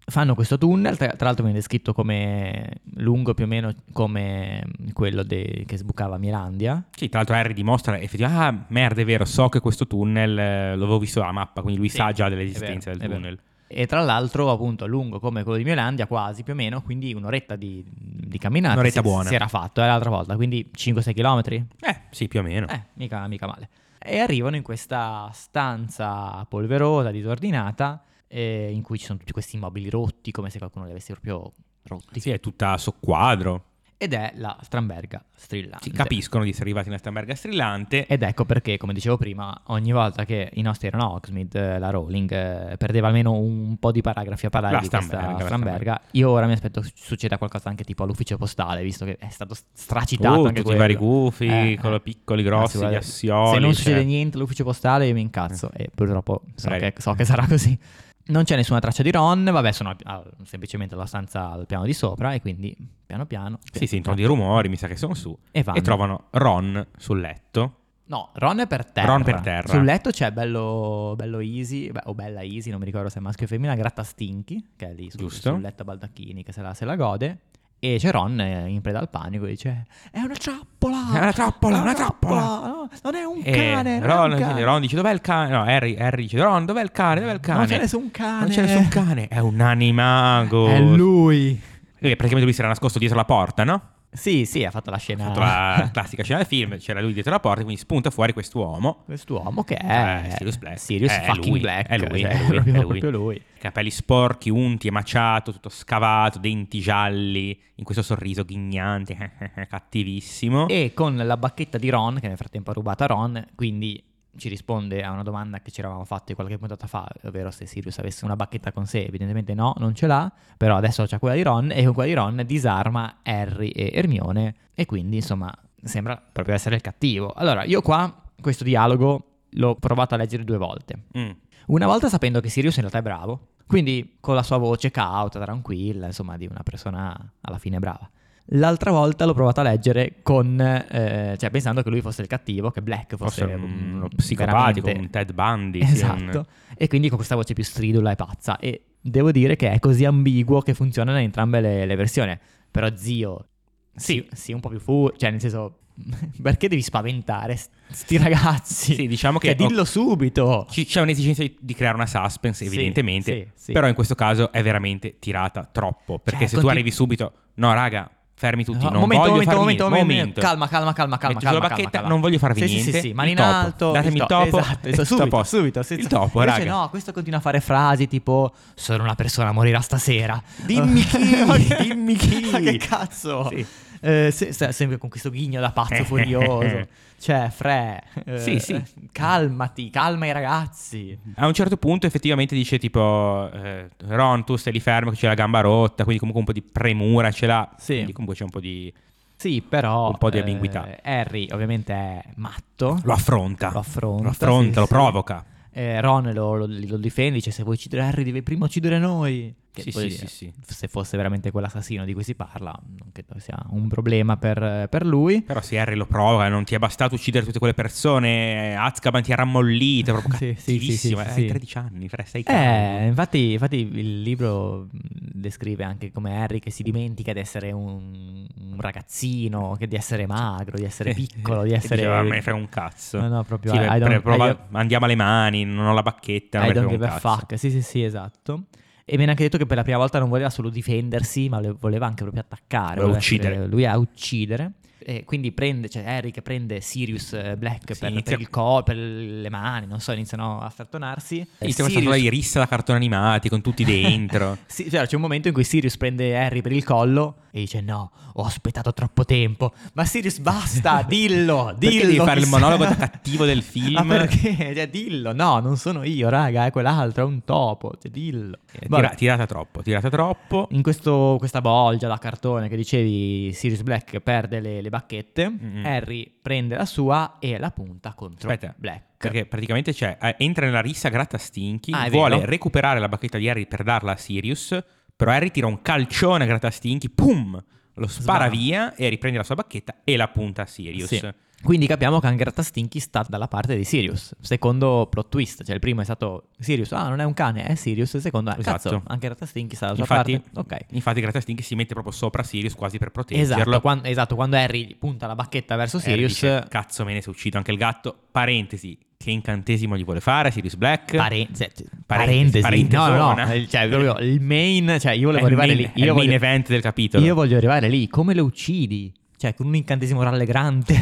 Fanno questo tunnel, tra, tra l'altro viene descritto come lungo più o meno come quello de- che sbucava a Mirandia.
Sì, tra l'altro Harry dimostra effettivamente, ah merda è vero, so che questo tunnel eh, l'avevo visto dalla mappa, quindi lui
Sì,
sa già
è
dell'esistenza
vero,
del
è vero.
tunnel.
E tra l'altro appunto lungo come quello di Mirandia, quasi più o meno, quindi un'oretta di, di camminata.
Un'oretta
si,
buona.
Si era fatto eh, l'altra volta, quindi 5-6 km.
Eh, sì, più o meno.
Eh, mica, mica male. E arrivano in questa stanza polverosa, disordinata, eh, in cui ci sono tutti questi mobili rotti, come se qualcuno li avesse proprio rotti.
Sì, è tutta soqquadro.
Ed è la Stramberga strillante.
Sì, capiscono di essere arrivati in una stamberga strillante.
Ed ecco perché, come dicevo prima, ogni volta che i nostri erano a Hogsmeade, eh, la Rowling eh, perdeva almeno un po' di paragrafi a parlare
La
di
Stamberga,
questa
la
Stamberga. Io ora mi aspetto che succeda qualcosa anche tipo all'ufficio postale, visto che è stato stracitato
Oh,
anche
tutti i
quello.
vari gufi,
Eh,
quello
eh.
piccoli, grossi,
Anzi,
gli
guarda,
assioli.
Se
cioè,
non
Eh.
succede niente all'ufficio postale io mi incazzo e purtroppo so
Prego.
che, so che sarà così. Non c'è nessuna traccia di Ron, vabbè, sono ah, semplicemente la stanza al piano di sopra e quindi piano piano...
Sì, sentono dei rumori, mi sa che sono su.
E vanno.
E trovano Ron sul letto.
No, Ron è per terra.
Ron per terra.
Sul letto c'è bello, bello Easy, beh, o bella Easy, non mi ricordo se è maschio o femmina, Grattastinchi, che è lì sul,
Giusto.
sul letto a baldacchini, che se la, se la gode. E c'è Ron eh, in preda al panico e dice, è una trappola!
È una trappola,
È
una trappola!"
no, non è un
E
cane! non è
Ron,
un cane.
Ron dice: Dov'è il cane? No, Harry, Harry dice: Ron, dov'è il cane? Dov'è il cane?
c'è nessun cane."
Non c'è nessun cane. È un animago.
È lui! Ah.
Eh, Praticamente lui si era nascosto dietro la porta, no?
Sì, sì, ha fatto la scena...
fatto la classica scena del film, c'era lui dietro la porta, quindi spunta fuori quest'uomo.
Quest'uomo che è...
Eh, Sirius Black.
Sirius
Eh, è
fucking
lui,
Black.
è lui,
cioè,
è lui,
proprio,
è lui.
proprio lui.
Capelli sporchi, unti, emaciato, tutto scavato, denti gialli, in questo sorriso ghignante, cattivissimo.
E con la bacchetta di Ron, che nel frattempo ha rubato a Ron, quindi ci risponde a una domanda che ci eravamo fatti qualche puntata fa, ovvero se Sirius avesse una bacchetta con sé, evidentemente no, non ce l'ha, però adesso c'ha quella di Ron e con quella di Ron disarma Harry e Hermione e quindi insomma sembra proprio essere il cattivo. Allora io qua questo dialogo l'ho provato a leggere due volte.
Mm.
Una volta sapendo che Sirius in realtà è bravo, quindi con la sua voce cauta, tranquilla, insomma, di una persona alla fine brava. L'altra volta l'ho provato a leggere con, eh, cioè pensando che lui fosse il cattivo, che Black fosse,
Forse un-
mm,
uno psicopatico,
veramente-
un Ted Bundy. sì, un-
Esatto. E quindi con questa voce più stridula e pazza. E devo dire che è così ambiguo che funzionano in entrambe le, le versioni. Però zio, sì, sì, un po' più fu... Cioè, nel senso, perché devi spaventare st- sti ragazzi?
Sì, diciamo che
Cioè, dillo subito!
Ci- c'è un'esigenza di, di creare una suspense,
Sì,
evidentemente.
sì, sì.
Però in questo caso è veramente tirata troppo. Perché
Cioè,
se tu
continu-
arrivi subito, no, raga, fermi tutti.
No,
non
momento,
voglio
momento,
farvi
momento,
niente,
momento, Calma, calma, calma, calma.
Metto sulla
calma,
bacchetta,
calma,
non voglio farvi
sì,
niente.
Sì, sì, sì,
Il
mani in
topo.
alto.
Datemi il topo,
Esatto, esatto,
il
subito,
topo.
subito. senza-
Il topo,
Invece
raga.
no, questo continua a fare frasi tipo sono una persona, morirà stasera.
Dimmi chi,
Ma che-
dimmi chi.
Ma che cazzo?
Sì. Eh.
Eh, se- se- sempre con questo ghigno da pazzo furioso. Cioè, Fre, eh,
Sì, sì.
calmati, calma i ragazzi.
A un certo punto effettivamente dice tipo eh, Ron tu stai lì fermo che c'è la gamba rotta quindi comunque un po' di premura ce l'ha
Sì.
quindi comunque c'è un po' di...
Sì, però
Un po' di
eh,
ambiguità.
Harry ovviamente è matto.
lo affronta
Lo affronta,
lo, affronta,
sì,
lo
sì.
provoca
Eh, Ron lo, lo- lo difende, dice se vuoi uccidere Harry devi prima uccidere noi. Che
Sì,
poi,
sì,
eh,
sì, sì.
Se fosse veramente quell'assassino di cui si parla, non credo sia un problema per, per lui.
Però se Harry lo prova, non ti è bastato uccidere tutte quelle persone, eh, Azkaban ti ha rammollito, proprio
Sì, sì, sì,
cattivissimo.
sì, sì,
Eh,
sì.
13 anni, fra, sei
Eh,
calmo.
infatti, infatti il libro mh, descrive anche come Harry che si dimentica di essere un, un ragazzino, che di essere magro, di essere piccolo, di
E
essere...
diceva, "Ah, me ne frega un cazzo.
No, no, proprio,
Sì,
I- I
pre-
don't-
prova-
I don't-
andiamo alle mani, non ho la bacchetta, non
I
me ne
don't
frega
give
un
a
cazzo.
fuck. Sì, sì, sì, esatto. E viene anche detto che per la prima volta non voleva solo difendersi, ma le- voleva anche proprio attaccare.
Voleva
voleva
uccidere.
essere- Lui a uccidere. E quindi prende, cioè Harry che prende Sirius eh, Black
Sì,
per,
inizia-
per il co, per le mani, non so, iniziano a strattonarsi. Eh,
Inizia questa
Sirius-
storia di rissa da cartoni animati con tutti dentro.
Sì, cioè, c'è un momento in cui Sirius prende Harry per il collo e dice no, ho aspettato troppo tempo. Ma Sirius basta, dillo, dillo.
Perché devi fare il
chi sei?"
monologo da cattivo del film?
Ma perché? Cioè, dillo, no, non sono io, raga, è quell'altro, è un topo, cioè, dillo.
Eh,
Vabbè.
tira- tirata troppo, tirata troppo.
In questo- questa bolgia da cartone che dicevi, Sirius Black perde le, le bacchette,
Mm-mm.
Harry prende la sua e la punta contro
Aspetta,
Black.
Perché praticamente c'è, eh, entra nella rissa gratta stinchi,
Ah, è
vuole
vero.
recuperare la bacchetta di Harry per darla a Sirius, però Harry tira un calcione a gratta stinchi, pum, lo spara
Sbam.
via e riprende la sua bacchetta e la punta a Sirius.
Sì. Quindi capiamo che anche Rattastinchi sta dalla parte di Sirius. Secondo plot twist, cioè il primo è stato Sirius, ah non è un cane, è Sirius. Il secondo è "Ah,
Esatto.
cazzo, anche Rattastinchi sta dalla sua
Infatti,
parte. Ok.
infatti gratta stinchi si mette proprio sopra Sirius quasi per proteggerlo.
Esatto quan- esatto, quando Harry punta la bacchetta verso
Harry
Sirius,
dice, Cazzo me ne se uccido anche il gatto. Parentesi, che incantesimo gli vuole fare Sirius Black?
Pare- cioè, c-
Parentesi,
parentesi, no, no, no,
parentesona.
eh, cioè, proprio il main, cioè io volevo
È il
arrivare
main-
lì,
è
io
il main
voglio,
event del capitolo.
io voglio arrivare lì, come lo uccidi? Cioè, con un incantesimo rallegrante,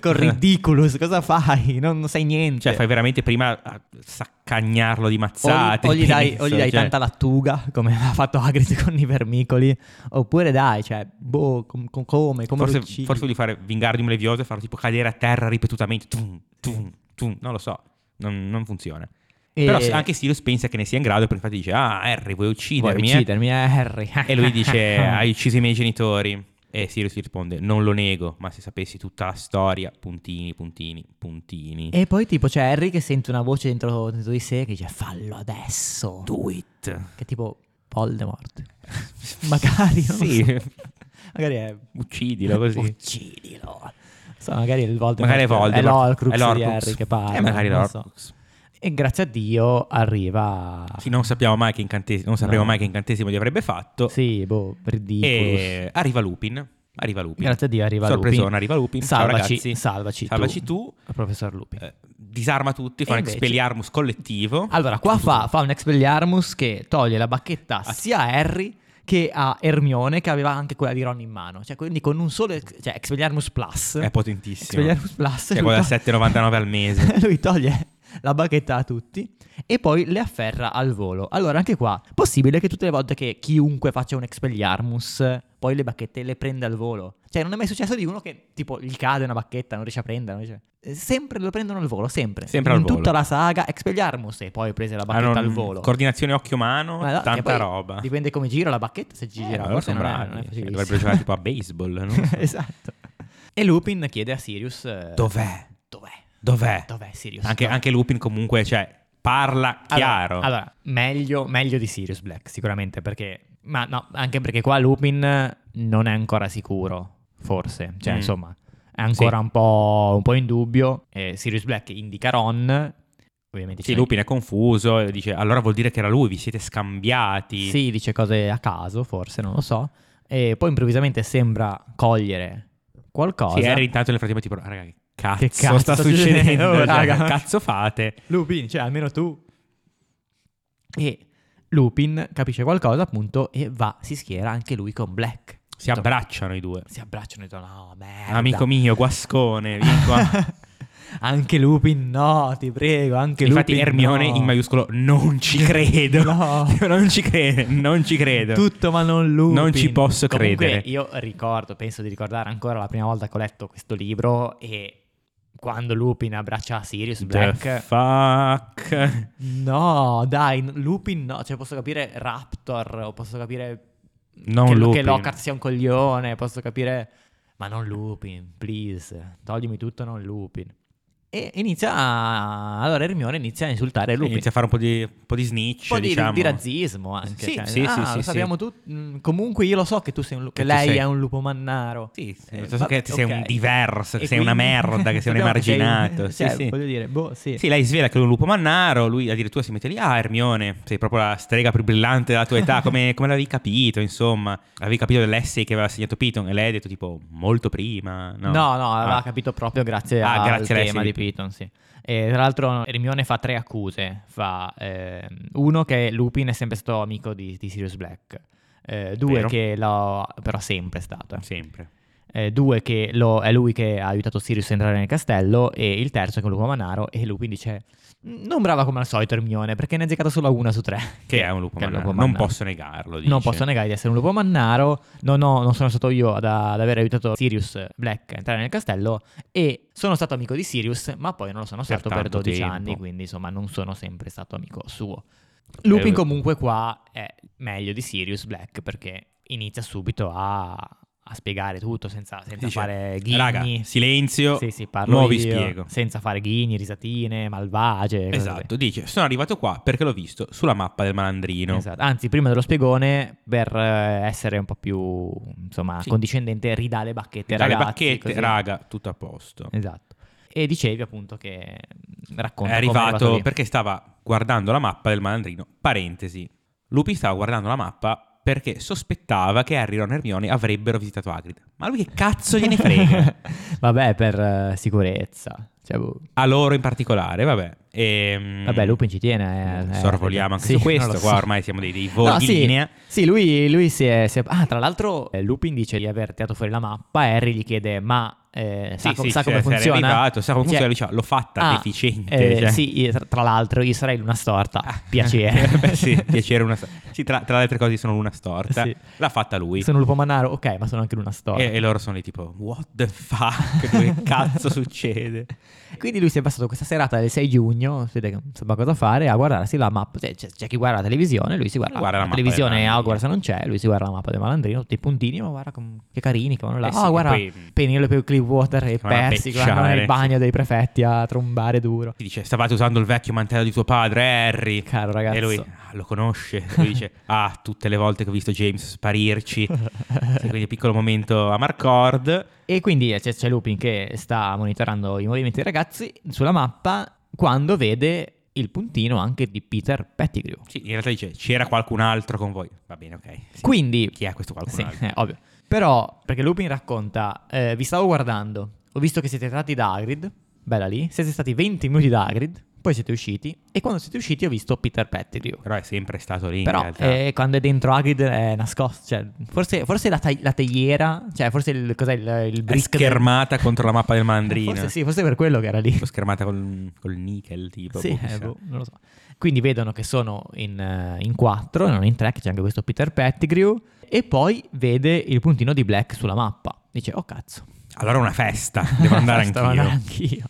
con Ridiculous, cosa fai? Non, non sai niente.
Cioè, fai veramente prima a saccagnarlo di mazzate.
o, o gli dai,
penso,
o gli dai
cioè.
tanta lattuga, come ha fatto Hagrid con i vermicoli, oppure dai, cioè, boh, com- com- come, come lo
Forse,
uccidi?
forse voglio fare Wingardium Leviosa e farlo tipo cadere a terra ripetutamente. Tum, tum, tum. Non lo so, non, non funziona.
E-
Però se- anche Sirius pensa che ne sia in grado, perché infatti dice, ah Harry vuoi
Vuoi
uccidermi? eh?"
uccidermi, eh, Harry.
E lui dice, hai ucciso i miei genitori. E Sirius gli risponde, non lo nego, ma se sapessi tutta la storia, puntini, puntini, puntini.
E poi tipo c'è Harry che sente una voce dentro, dentro di sé che dice fallo adesso.
Do it.
Che è tipo Voldemort. Magari, non
Sì.
so. Magari è...
Uccidilo così.
Uccidilo. So, magari è il Voldemort.
magari è Voldemort.
l'Orcrux di
l'Horcrux.
Harry che parla.
Eh, magari
non so.
l'Horcrux.
E grazie a Dio arriva...
Sì, non sappiamo mai che incantesimo, non sapremo
No.
mai che incantesimo gli avrebbe fatto.
Sì, boh, ridicolo.
E arriva Lupin. Arriva Lupin.
Grazie a Dio arriva
Sorpresona,
Lupin.
arriva Lupin. Ciao
Salvaci,
ragazzi.
salvaci tu.
Salvaci tu.
Professor Lupin.
Eh, disarma tutti, fa
E
un
invece-
expelliarmus collettivo.
Allora, qua fa, fa un Expelliarmus che toglie la bacchetta
Ah,
sia a Harry che a Hermione, che aveva anche quella di Ron in mano. Cioè, quindi con un solo ex- cioè, Expelliarmus Plus.
È potentissimo.
Expelliarmus Plus.
Cioè,
lui
quella
to-
7,99 al mese.
lui toglie la bacchetta a tutti e poi le afferra al volo. Allora, anche qua, possibile che tutte le volte che chiunque faccia un Expelliarmus, poi le bacchette le prende al volo. Cioè, non è mai successo di uno che, tipo, gli cade una bacchetta, non riesce a prenderla. non riesce- Eh, Sempre lo prendono al volo, sempre.
Sempre
In
al volo.
tutta la saga Expelliarmus e poi prese la bacchetta
Hanno
al volo.
Coordinazione occhio-mano,
Ma no, che
tanta
poi
roba.
Dipende come gira la bacchetta, se
Eh,
gira,
allora
forse
sono
non è,
bravi.
non è
Cioè,
facilissimo.
dovrebbero giocare tipo a baseball, no?
esatto. E Lupin chiede a Sirius... eh,
Dov'è?
Dov'è?
Dov'è?
Dov'è Sirius?
Anche,
Dov'è?
anche Lupin comunque, cioè, parla chiaro.
Allora, allora, meglio, meglio di Sirius Black, sicuramente, perché... Ma no, anche perché qua Lupin eh, non è ancora sicuro, forse. Cioè,
Mm.
insomma, è ancora
Sì.
un, po', un po' in dubbio. Eh, Sirius Black indica Ron, ovviamente...
Sì,
c'è-
Lupin è confuso e dice allora vuol dire che era lui, vi siete scambiati.
Sì, dice cose a caso, forse, non lo so. E poi improvvisamente sembra cogliere qualcosa.
Sì, Harry intanto nel frattempo tipo raga che cazzo,
Che cazzo
sta
sta
succedendo,
succedendo,
Cioè,
raga?"
che cazzo fate?
Lupin, cioè almeno tu. E Lupin capisce qualcosa, appunto, e va, si schiera anche lui con Black.
Si abbracciano i due.
Si abbracciano e dicono, no, merda.
Amico mio, ah. guascone, vieni qua.
anche Lupin, no, ti prego, anche
Infatti
Lupin.
Hermione
no.
in maiuscolo non ci credo.
No.
non ci crede, non ci credo.
Tutto ma non Lupin.
Non ci posso
Comunque,
credere.
Io ricordo, penso di ricordare ancora la prima volta che ho letto questo libro e quando Lupin abbraccia Sirius
The
Black.
fuck.
No, dai, n- Lupin no, cioè posso capire Raptor, o posso capire
Non
che,
Lupin.
che Lockhart sia un coglione, posso capire... Ma non Lupin, please, toglimi tutto, non Lupin. E inizia a... Allora Hermione inizia a insultare Lupin.
Inizia a fare un po' di, un po' di
un
snitch,
po' di,
diciamo.
di razzismo anche.
Sì,
cioè,
sì,
ah,
sì, sì,
lo
sì.
sappiamo tutti. Mm, Comunque io lo so che tu sei un lupo.
Che
Che
tu
lei
sei-
è un lupo mannaro.
Sì, sì,
Eh,
lo so
va-
che sei
ok.
un diverso, che
E
sei una
quindi-
merda, che sei un
sappiamo
emarginato.
sei-
Sì,
cioè,
sì.
voglio dire, boh, sì.
Sì, lei svela che è un lupo mannaro, lui addirittura si mette lì, ah Hermione, sei proprio la strega più brillante della tua età, come, come l'avevi capito, insomma? Avevi capito dell'essay che aveva segnato Piton e lei ha detto tipo molto prima, no?
No, no, aveva
Ah.
capito proprio grazie
Ah,
al
grazie a lei,
tema
sì.
di Piton, sì. E, tra l'altro Hermione fa tre accuse. Fa ehm, uno che Lupin è sempre stato amico di, di Sirius Black. Eh, due
Vero.
che lo... però sempre è stato. eh.
Sempre.
Eh, due che lo- è lui che ha aiutato Sirius a entrare nel castello e il terzo che è un lupo manaro e Lupin dice "Mm, non brava come al solito Hermione perché ne ha giocata solo una su tre
Che è un lupo
che è un
mannaro,
lupo
non
mannaro.
posso negarlo, dice.
non posso negare di essere un lupo mannaro non, ho- non sono stato io ad, ad aver aiutato Sirius Black a entrare nel castelllo e sono stato amico di Sirius ma poi non lo sono
Per
stato per
tanto
12
tempo.
anni quindi insomma non sono sempre stato amico suo
Eh,
Lupin comunque qua è meglio di Sirius Black perché inizia subito a, a spiegare tutto senza, senza
Dice,
fare ghigni
Raga, silenzio,
sì, sì, parlo
nuovi
io,
spiego.
Senza fare ghigni, risatine, malvagie. cose
Esatto, dice, sono arrivato qua perché l'ho visto sulla mappa del
così.
malandrino.
Esatto. Anzi, prima dello spiegone, per eh, essere un po' più insomma,
Sì.
condiscendente, ridà le bacchette.
Tra le
ragazzi,
bacchette,
così.
raga, tutto a posto.
Esatto. E dicevi appunto che mh, racconta
è
come
arrivato,
lì.
perché stava guardando la mappa del malandrino. Parentesi. Lupi stava guardando la mappa perché sospettava che Harry, Ron e Hermione avrebbero visitato Hagrid. Ma lui che cazzo gliene frega?
Vabbè, per eh, sicurezza. Cioè, boh.
A loro in particolare, vabbè. Ehm,
Vabbè, Lupin ci tiene. eh, eh,
Mm, Sorvoliamo anche
sì,
su
non
questo,
lo
qua
so.
ormai siamo dei, dei voli
No,
di
sì,
linea.
Sì, lui, lui si, è, si è- Ah, tra l'altro, eh, Lupin dice di aver tirato fuori la mappa. Harry gli chiede: Ma eh, sa,
Sì,
co-
sì,
sa
se-
come
se era
funziona?
arrivato, sa come
Cioè,
funziona, diceva, l'ho fatta
ah,
deficiente.
eh,
cioè.
Sì, io tra, tra l'altro, io sarei una storta. Piacere.
Ah. Beh, sì, piacere una storta. Sì, tra, tra le altre cose sono una storta.
Sì.
L'ha fatta lui.
Sono un lupo mannaro, ok, ma sono anche una storta.
E, e loro sono lì tipo, what the fuck, che cazzo succede?
Quindi lui si è passato questa serata del 6 giugno, si vede che non sapeva cosa fare, a guardarsi la mappa. Cioè, c'è, c'è chi guarda la televisione, lui si guarda,
Guarda la
la,
mappa del
televisione,
malandrino.
Hogwarts non c'è, lui si guarda la mappa del malandrino, tutti i puntini, ma guarda com- che carini che vanno là.
Eh sì,
Ah,
e
guarda,
poi-
Penelope e Clearwater e
Che vanno a
Percy che vanno
becciare,
nel bagno dei prefetti a trombare duro.
Ti dice, stavate usando il vecchio mantello di tuo padre, Harry.
Caro ragazzo.
E lui "Ah, lo conosce. Lui dice, ah, tutte le volte che ho visto James sparirci. Sì, quindi piccolo momento a Marcord.
E quindi c'è, c'è Lupin che sta monitorando i movimenti dei ragazzi sulla mappa quando vede il puntino anche di Peter Pettigrew.
Sì, in realtà dice, c'era qualcun altro con voi. Va bene, ok. Sì.
Quindi
Chi è questo qualcun
Sì,
altro?
eh, ovvio. Però, perché Lupin racconta, eh, vi stavo guardando, ho visto che siete entrati da Hagrid, bella lì, siete stati 20 minuti da Hagrid, poi siete usciti, e quando siete usciti ho visto Peter Pettigrew.
Però è sempre stato lì in
Però
realtà.
eh, quando è dentro Hagrid è nascosto, cioè, forse, forse la, tai- la teiera, cioè forse il, cos'è il, il
È
brick del-
schermata contro la mappa del mandrino.
Forse sì, forse per quello che era lì.
Tipo schermata col, col nickel, tipo.
Sì,
boh,
eh,
chissà.
boh, non lo so. Quindi vedono che sono in, eh, in quattro, non in tre, che c'è anche questo Peter Pettigrew, e poi vede il puntino di Black sulla mappa. Dice, oh cazzo.
Allora è una festa, devo andare
Stavo
anch'io.
andando anch'io.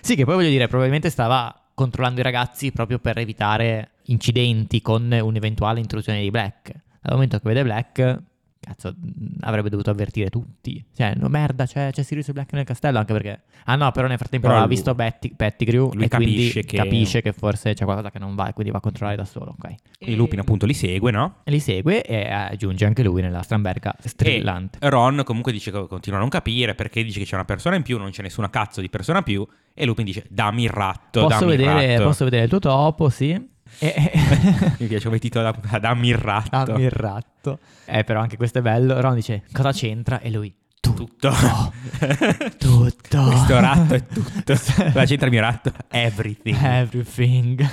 Sì, che poi voglio dire, probabilmente stava controllando i ragazzi proprio per evitare incidenti con un'eventuale intrusione di Black. Dal momento che vede Black, cazzo, mh, avrebbe dovuto avvertire tutti. Cioè, no merda, c'è, c'è Sirius Black nel castello anche perché... Ah no, però nel frattempo
Però
aveva
lui-
visto Betty, Pettigrew
lui
e quindi
capisce che-
capisce che forse c'è qualcosa che non va e quindi va a controllare da solo, ok?
E Lupin appunto li segue, no?
E Li segue e eh, giunge anche lui nella stramberga strillante.
E Ron comunque dice che continua a non capire perché dice che c'è una persona in più, non c'è nessuna cazzo di persona in più. E Lupin dice: Dammi il ratto.
Posso
dammi il
vedere,
ratto.
posso vedere il tuo topo, sì? E...
Mi piace come titolo da puntata, Dammi il ratto.
Dammi il ratto. Esatto. Eh, però anche questo è bello. Ron dice: Cosa c'entra? E lui: Tutto.
Tutto.
Oh. Tutto.
Questo ratto è tutto. La c'entra il mio ratto. Everything.
Eh. Everything.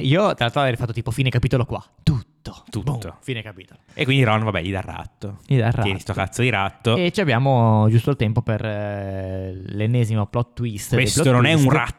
Io, tra l'altro, avrei fatto tipo fine capitolo qua. Tutto.
Tutto.
Boom, fine capitolo.
E quindi Ron, vabbè, gli dà il ratto.
Gli dà il
Tieni
ratto.
sto cazzo di ratto.
E ci abbiamo giusto il tempo per eh, l'ennesimo plot twist. dei
Questo
plot
non è un
twist.
ratto.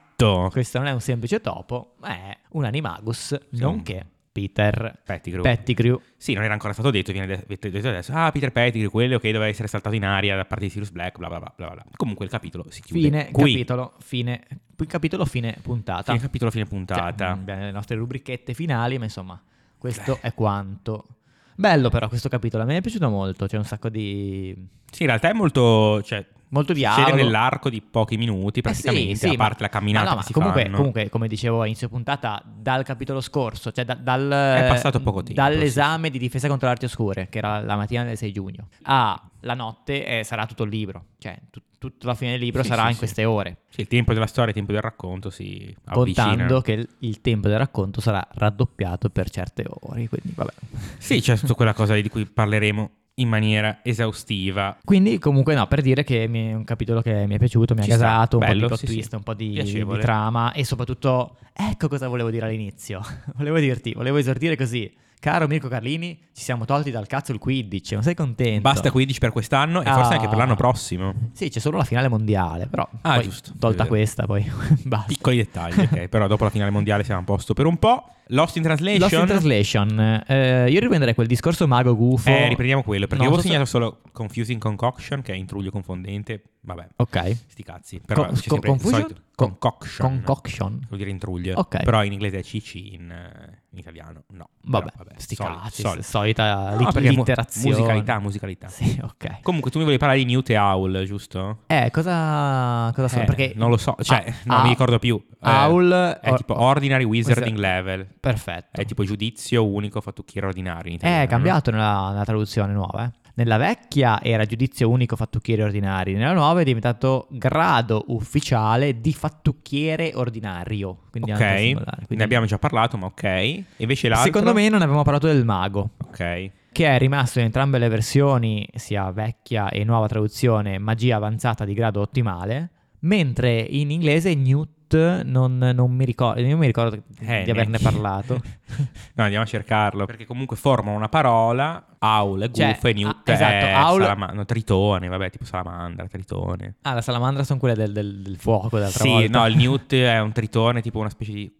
Questo non è un semplice topo, ma è un animagus,
Sì.
nonché Peter
Pettigrew.
Pettigrew.
Sì, non era ancora stato detto, viene de- detto detto adesso. Ah, Peter Pettigrew, quello che doveva essere saltato in aria da parte di Sirius Black, bla bla bla bla. bla. Comunque il capitolo si chiude
Fine
qui.
capitolo, fine capitolo, fine puntata.
Fine capitolo, fine
Cioè,
puntata.
abbiamo le nostre rubrichette finali, ma insomma, questo è quanto. Bello però questo capitolo, a me è piaciuto molto, c'è un sacco di...
Sì, in realtà è molto. Cioè,
Molto
succede
dialogo.
nell'arco di pochi minuti,
Eh sì,
praticamente,
sì,
a
ma-
parte la camminata
ma no,
che
ma
si
comunque,
fanno.
comunque, come dicevo a inizio puntata, dal capitolo scorso, cioè da- dal,
È passato poco tempo,
dall'esame di difesa contro le arti oscure, che era la mattina del 6 giugno, a la notte eh, sarà tutto il libro, cioè tu- tutta la fine del libro
Sì,
sarà
sì,
in
sì.
queste ore,
Sì, il tempo della storia e il tempo del racconto si avvicinano.
contando che il, il tempo del racconto sarà raddoppiato per certe ore, quindi vabbè.
Sì, c'è tutta quella cosa lì di cui parleremo in maniera esaustiva.
Quindi comunque no, per dire che mi- è un capitolo che mi è piaciuto, mi ha
Ci sta,
casato, un
bello,
po' di plot
sì,
twist,
sì.
un po' di,
Piacevole.
di trama e soprattutto ecco cosa volevo dire all'inizio. volevo dirti, volevo esordire così. Caro Mirko Carlini, ci siamo tolti dal cazzo il Quidditch, non sei contento?
Basta 15 per quest'anno e forse
Ah.
anche per l'anno prossimo.
Sì, c'è solo la finale mondiale, però
Ah,
poi
giusto.
tolta
Eh,
questa poi basta.
Piccoli dettagli, ok? Però dopo la finale mondiale siamo a posto per un po'. Lost in Translation.
Lost in Translation, eh, io riprenderei quel discorso mago gufo.
Eh, riprendiamo quello, perché
Non
avevo
so se-
segnato solo Confusing Concoction, che è intruglio confondente. Vabbè,
Ok.
sti cazzi. Però
Con-
c'è sempre il
confusion?
solito- Concoction.
Concoction.
Vuol dire intruglio.
Ok.
Però in inglese è cc, in, eh, in italiano no.
Vabbè,
Però,
sti
solid-
cazzi,
solid.
solita
No,
lit-
Ah, perché mu-
literazione.
Musicalità, musicalità.
Sì, ok.
Comunque tu mi volevi parlare di Newt e Owl, giusto?
Eh, cosa, cosa sono?
Eh,
Perché
non lo so, cioè,
Ah,
non
ah,
mi ricordo più. Eh,
Owl
è
or-
tipo Ordinary Wizarding
Wizard-
Level.
Perfetto.
È Eh, tipo giudizio unico fattucchiere ordinario in
Eh,
italiano.
è cambiato nella, nella traduzione nuova. eh. Nella vecchia era giudizio unico fattucchiere ordinari, nella nuova è diventato grado ufficiale di fattucchiere ordinario. Quindi
Ok,
anche singolare,
ne
quindi-
abbiamo già parlato, ma ok. E invece l'altro...
Secondo me non abbiamo parlato del mago,
Ok. Eh,
che è rimasto in entrambe le versioni, sia vecchia e nuova traduzione, magia avanzata di grado ottimale, mentre in inglese Newt non, non mi ricordo, non mi ricordo di
neanche
averne
io.
parlato.
No, andiamo a cercarlo. Perché comunque formano una parola. Owl è
Cioè,
gufo e Newt
ah, esatto,
è
owl-
salama- no, tritone, vabbè, tipo salamandra, tritone.
Ah, la salamandra sono quelle del, del- del fuoco dell'altra
Sì,
volta.
no, il Newt è un tritone, tipo una specie di...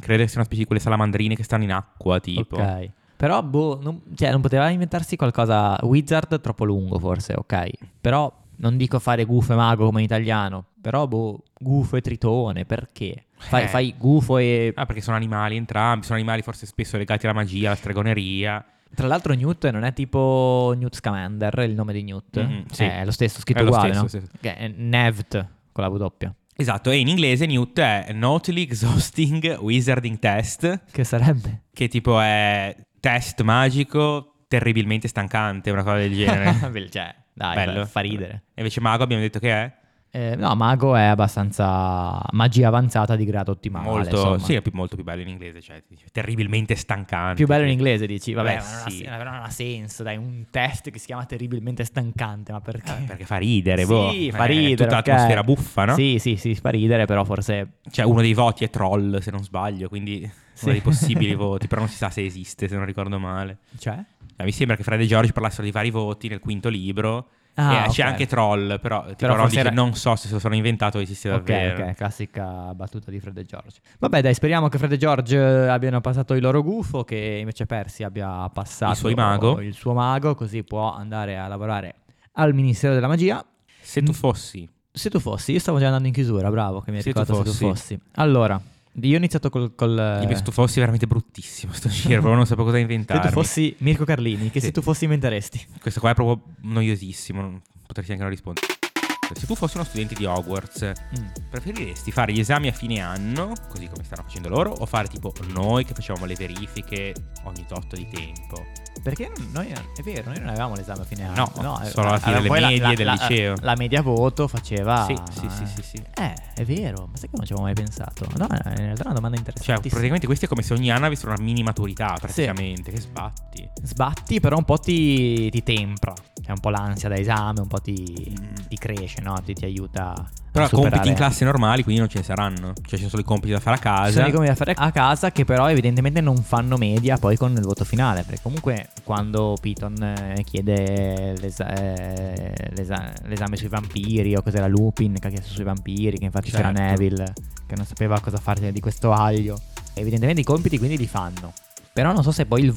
Credo che sia una specie di quelle salamandrine che stanno in acqua, tipo.
Ok. Però, boh, non, cioè, non poteva inventarsi qualcosa... Wizard troppo lungo, forse, ok. Però, non dico fare gufo e mago come in italiano. Però, boh, gufo e tritone, perché? Fai,
Eh.
fai gufo e...
Ah, perché sono animali entrambi, sono animali forse spesso legati alla magia, alla stregoneria.
Tra l'altro Newt non è tipo Newt Scamander, il nome di Newt.
Mhm, sì.
È lo stesso, scritto
È lo
uguale,
stesso,
no?
sì, sì.
Che è Nevt, con la W doppia.
Esatto, e in inglese Newt è Nautily Exhausting Wizarding Test,
Che sarebbe?
che tipo è test magico terribilmente stancante, una cosa del genere.
Beh, cioè, dai,
Bello.
fa- fa ridere.
E invece Mago abbiamo detto che è
Eh, no, mago è abbastanza magia avanzata di grado ottimale.
molto,
insomma.
sì, è più- molto più bello in inglese, cioè terribilmente stancante.
Più bello in inglese dici, vabbè,
Beh,
Eh, ma non,
sì.
ha, sen- però non ha senso, dai, un test che si chiama terribilmente stancante, ma perché?
Eh, Perché fa ridere, boh.
Sì, fa
Eh,
ridere.
Tutta
ok.
l'atmosfera buffa, no?
Sì, sì, sì, fa ridere, però forse...
Cioè, uno dei voti è troll, se non sbaglio, quindi
Sì.
uno dei possibili voti, però non si sa se esiste, se non ricordo male.
Cioè?
Cioè, mi sembra che Fred e George parlassero di vari voti nel quinto libro.
Ah,
e c'è
ok.
anche troll, però, tipo,
Però
Ron
forse
dice,
era-
non so se se lo sono inventato o esiste
Ok,
davvero.
ok, classica battuta di Fred e George. Vabbè, dai, speriamo che Fred e George eh, abbiano passato il loro gufo, che invece Percy abbia passato
suoi mago.
il suo mago, così può andare a lavorare al Ministero della Magia.
Se
Mm.
tu fossi...
Se tu fossi, io stavo già andando in chiusura, bravo che mi hai
Se tu
ricordato se tu
fossi.
fossi. Allora, io ho iniziato col... col, eh,
Io penso tu fossi veramente bruttissimo sto giro, proprio non sapevo cosa
se
inventare.
tu fossi Mirko Carlini, che
Sì.
se tu fossi inventeresti.
Questo qua è proprio noiosissimo, non- potresti anche non rispondere. Se tu fossi uno studente di Hogwarts,
Mm.
preferiresti fare gli esami a fine anno, così come stanno facendo loro, o fare tipo noi che facevamo le verifiche ogni tot di tempo?
Perché non- noi, è vero, noi non avevamo l'esame a fine anno.
No, solo alla fine
allora,
delle
poi la-
medie
la-
del
la-
liceo.
La media voto faceva...
Sì, sì, sì, sì, sì.
Eh, è vero, ma sai che non ci avevo mai pensato? No, in realtà è una domanda
Cioè,
interessante.
praticamente questo è come se ogni anno avessero una mini maturità, praticamente, che sbatti.
Sbatti, però un po' ti, ti tempra. C'è un po' l'ansia da esame, un po' ti,
Mm.
ti cresce, no? Ti, ti aiuta.
Però
a superare.
compiti in classe normali, quindi non ce ne saranno. Cioè, ci sono solo i compiti da fare a
Ci
casa.
sono dei compiti da fare a casa che però evidentemente non fanno media poi con il voto finale perché comunque quando Piton eh, chiede l'esa- eh, l'esa- l'esame sui vampiri o cos'era Lupin che ha chiesto sui vampiri che infatti c'era
Certo.
Neville che non sapeva cosa fare di questo aglio evidentemente i compiti quindi li fanno però non so se poi il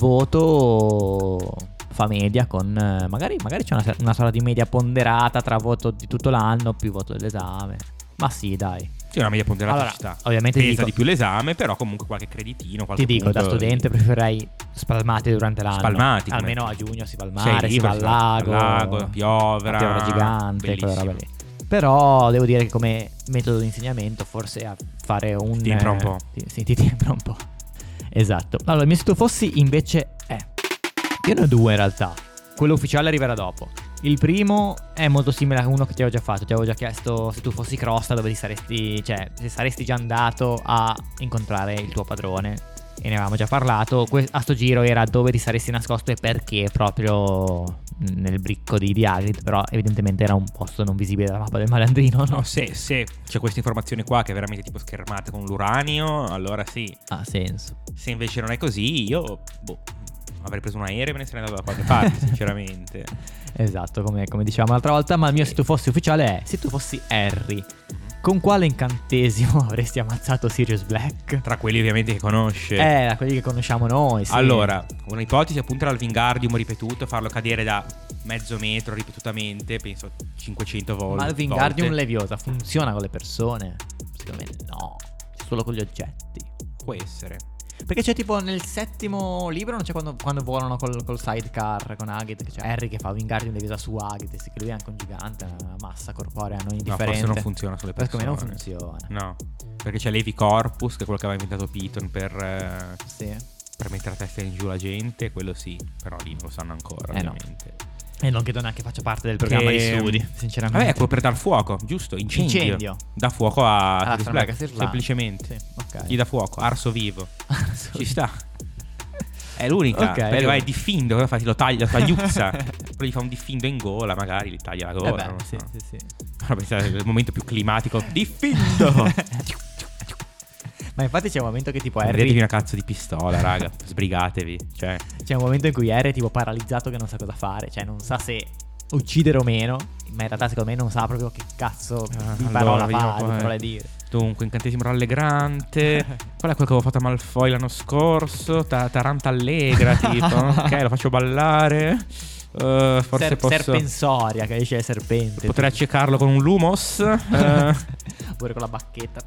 voto fa media con eh, magari, magari c'è una, una sorta di media ponderata tra voto di tutto l'anno più voto dell'esame Ma sì, dai.
Sì, una media ponderata
Allora,
ci sta.
ovviamente ti
Pesa
dico-
di più l'esame, però comunque qualche creditino, qualche
Ti dico, da
punto-
studente preferirei spalmati durante l'anno.
Spalmati, come- Cioè,
Almeno a giugno si va al
Sei
mare, si
libero,
va al
si va al
lago.
lago, a piovra,
a piovra gigante, quella roba
bellissimo.
lì. Però devo dire che come metodo di insegnamento forse a fare un...
Ti tempra un
eh,
po'.
Ti, sì, ti tempra un po'. Esatto. Allora, il mio sito fossi invece è... Io ne ho due in realtà. Quello ufficiale arriverà dopo. Il primo è molto simile a uno che ti avevo già fatto. Ti avevo già chiesto se tu fossi crosta dove ti saresti, cioè, se saresti già andato a incontrare il tuo padrone. E ne avevamo già parlato. Que- a sto giro era dove ti saresti nascosto e perché, proprio nel bricco di, di Hagrid. Però, evidentemente, era un posto non visibile dalla mappa del malandrino. No?
No, se, se c'è questa informazione qua che è veramente tipo schermata con l'uranio, allora sì.
Ha senso.
Se invece non è così, io boh, avrei preso un aereo e me ne sarei andato da qualche parte, sinceramente.
Esatto, come, come dicevamo l'altra volta, ma il mio se tu fossi ufficiale è se tu fossi Harry. Con quale incantesimo avresti ammazzato Sirius Black?
Tra quelli ovviamente che conosce.
Eh, da quelli che conosciamo noi. Sì.
Allora, una ipotesi è puntare al Vingardium ripetuto, farlo cadere da mezzo metro ripetutamente, penso 500 vol- volte.
ma il Wingardium Leviosa funziona con le persone? Secondo me no, solo con gli oggetti.
Può essere.
Perché c'è tipo nel settimo libro, non c'è quando, quando volano col, col sidecar con Agate, che c'è Harry che fa Wingardium Leviosa su Agate, sì, che lui è anche un gigante, ha una massa corporea non
No,
indifferente.
forse non funziona sulle
Perché
persone.
secondo me non funziona.
No, perché c'è Levi Corpus, che è quello che aveva inventato Piton per, eh,
Sì.
per mettere la testa in giù la gente, quello sì, però lì non lo sanno ancora,
Eh no.
ovviamente.
E non credo neanche faccia parte del programma
Che-
di studi, sinceramente.
Vabbè, è quello per dar fuoco, giusto? Incendio.
Incendio. Ah,
Da fuoco a
Alla
Sirius
Stramaga
Black,
Sirlana.
semplicemente.
Sì, ok.
eh,
Eh
Gli dà fuoco, arso vivo. Ci sta. È l'unica.
Ok,
perché
è
vai
l'unica.
diffindo, cosa fai? Lo taglia, lo tagliuzza. Poi gli fa un diffindo in gola, magari gli taglia la gola.
Eh beh,
non lo
sì,
so.
sì, sì.
Però pensate, è il momento più climatico. Diffindo!
Ma infatti c'è un momento che tipo
Prendetevi
Harry
una cazzo di pistola, raga. Sbrigatevi. Cioè,
C'è un momento in cui Harry è tipo paralizzato che non sa cosa fare, cioè non sa se uccidere o meno, ma in realtà secondo me non sa proprio che cazzo
Ah,
di
allora,
parola
vediamo
fa, di
qua, eh.
parole dire.
dunque, incantesimo rallegrante. Qual è quello che avevo fatto a Malfoy l'anno scorso? Ta- taranta allegra, tipo. ok, lo faccio ballare. Eh, forse
Ser-
posso...
Serpensoria, che dice serpente.
Potrei accecarlo con un lumos. Eh,
Oppure con la bacchetta.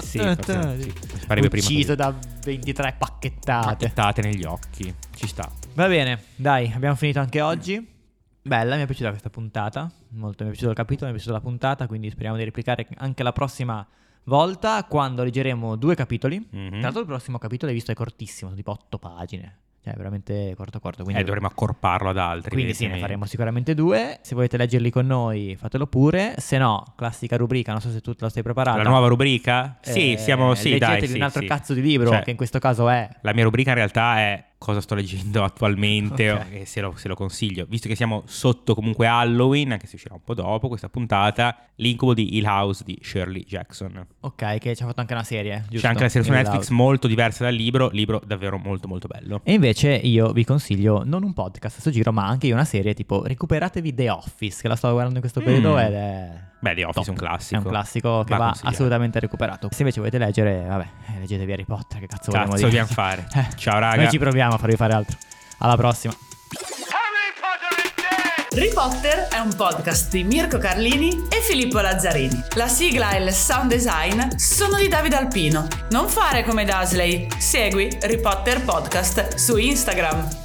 sì, forse, sì, farebbe prima
Eh, Ucciso
così.
da 23 pacchettate.
Pacchettate negli occhi. Ci sta.
Va bene, dai, abbiamo finito anche oggi. Bella, mi è piaciuta questa puntata. Molto mi è piaciuto il capitolo, mi è piaciuta la puntata. Quindi speriamo di replicare anche la prossima volta quando leggeremo due capitoli.
Mhm.
Tra l'altro, il prossimo capitolo, hai visto, è cortissimo, sono tipo 8 pagine. Cioè, è veramente corto corto. Quindi,
Eh, dovremmo accorparlo ad altri.
quindi sì, ne faremo
evidentemente.
sicuramente due. Se volete leggerli con noi, fatelo pure. Se no, classica rubrica, non so se tu te la stai preparando.
La nuova rubrica?
Eh,
Sì, siamo. Sì,
leggetevi
dai. sì,
un altro
sì.
cazzo di libro,
Cioè,
che in questo caso è
La mia rubrica in realtà è cosa sto leggendo attualmente
Ok.
e se lo, se lo consiglio. Visto che siamo sotto comunque Halloween, anche se uscirà un po' dopo questa puntata, l'incubo di Hill House di Shirley Jackson.
Ok, che ci ha fatto anche una serie. Giusto?
C'è anche la serie su
In
Netflix
realtà.
molto diversa dal libro, libro davvero molto molto bello.
E invece io vi consiglio non un podcast a sto giro, ma anche io una serie tipo recuperatevi The Office, che la stavo guardando in questo
Mm.
periodo ed è...
Beh, The Office
top.
è un classico.
È un classico che
Va
va,
consigliato.
assolutamente recuperato. Se invece volete leggere, vabbè, eh, leggetevi Harry Potter, che cazzo,
Cazzo
vogliamo dire.
dobbiamo fare.
Eh,
Ciao raga.
Noi ci proviamo a farvi fare altro. Alla prossima.
Harry Potter is dead!
Harry Potter è un podcast di Mirko Carlini e Filippo Lazzarini. La sigla e il sound design sono di Davide Alpino. Non fare come Dasley, segui Harry Potter Podcast su Instagram.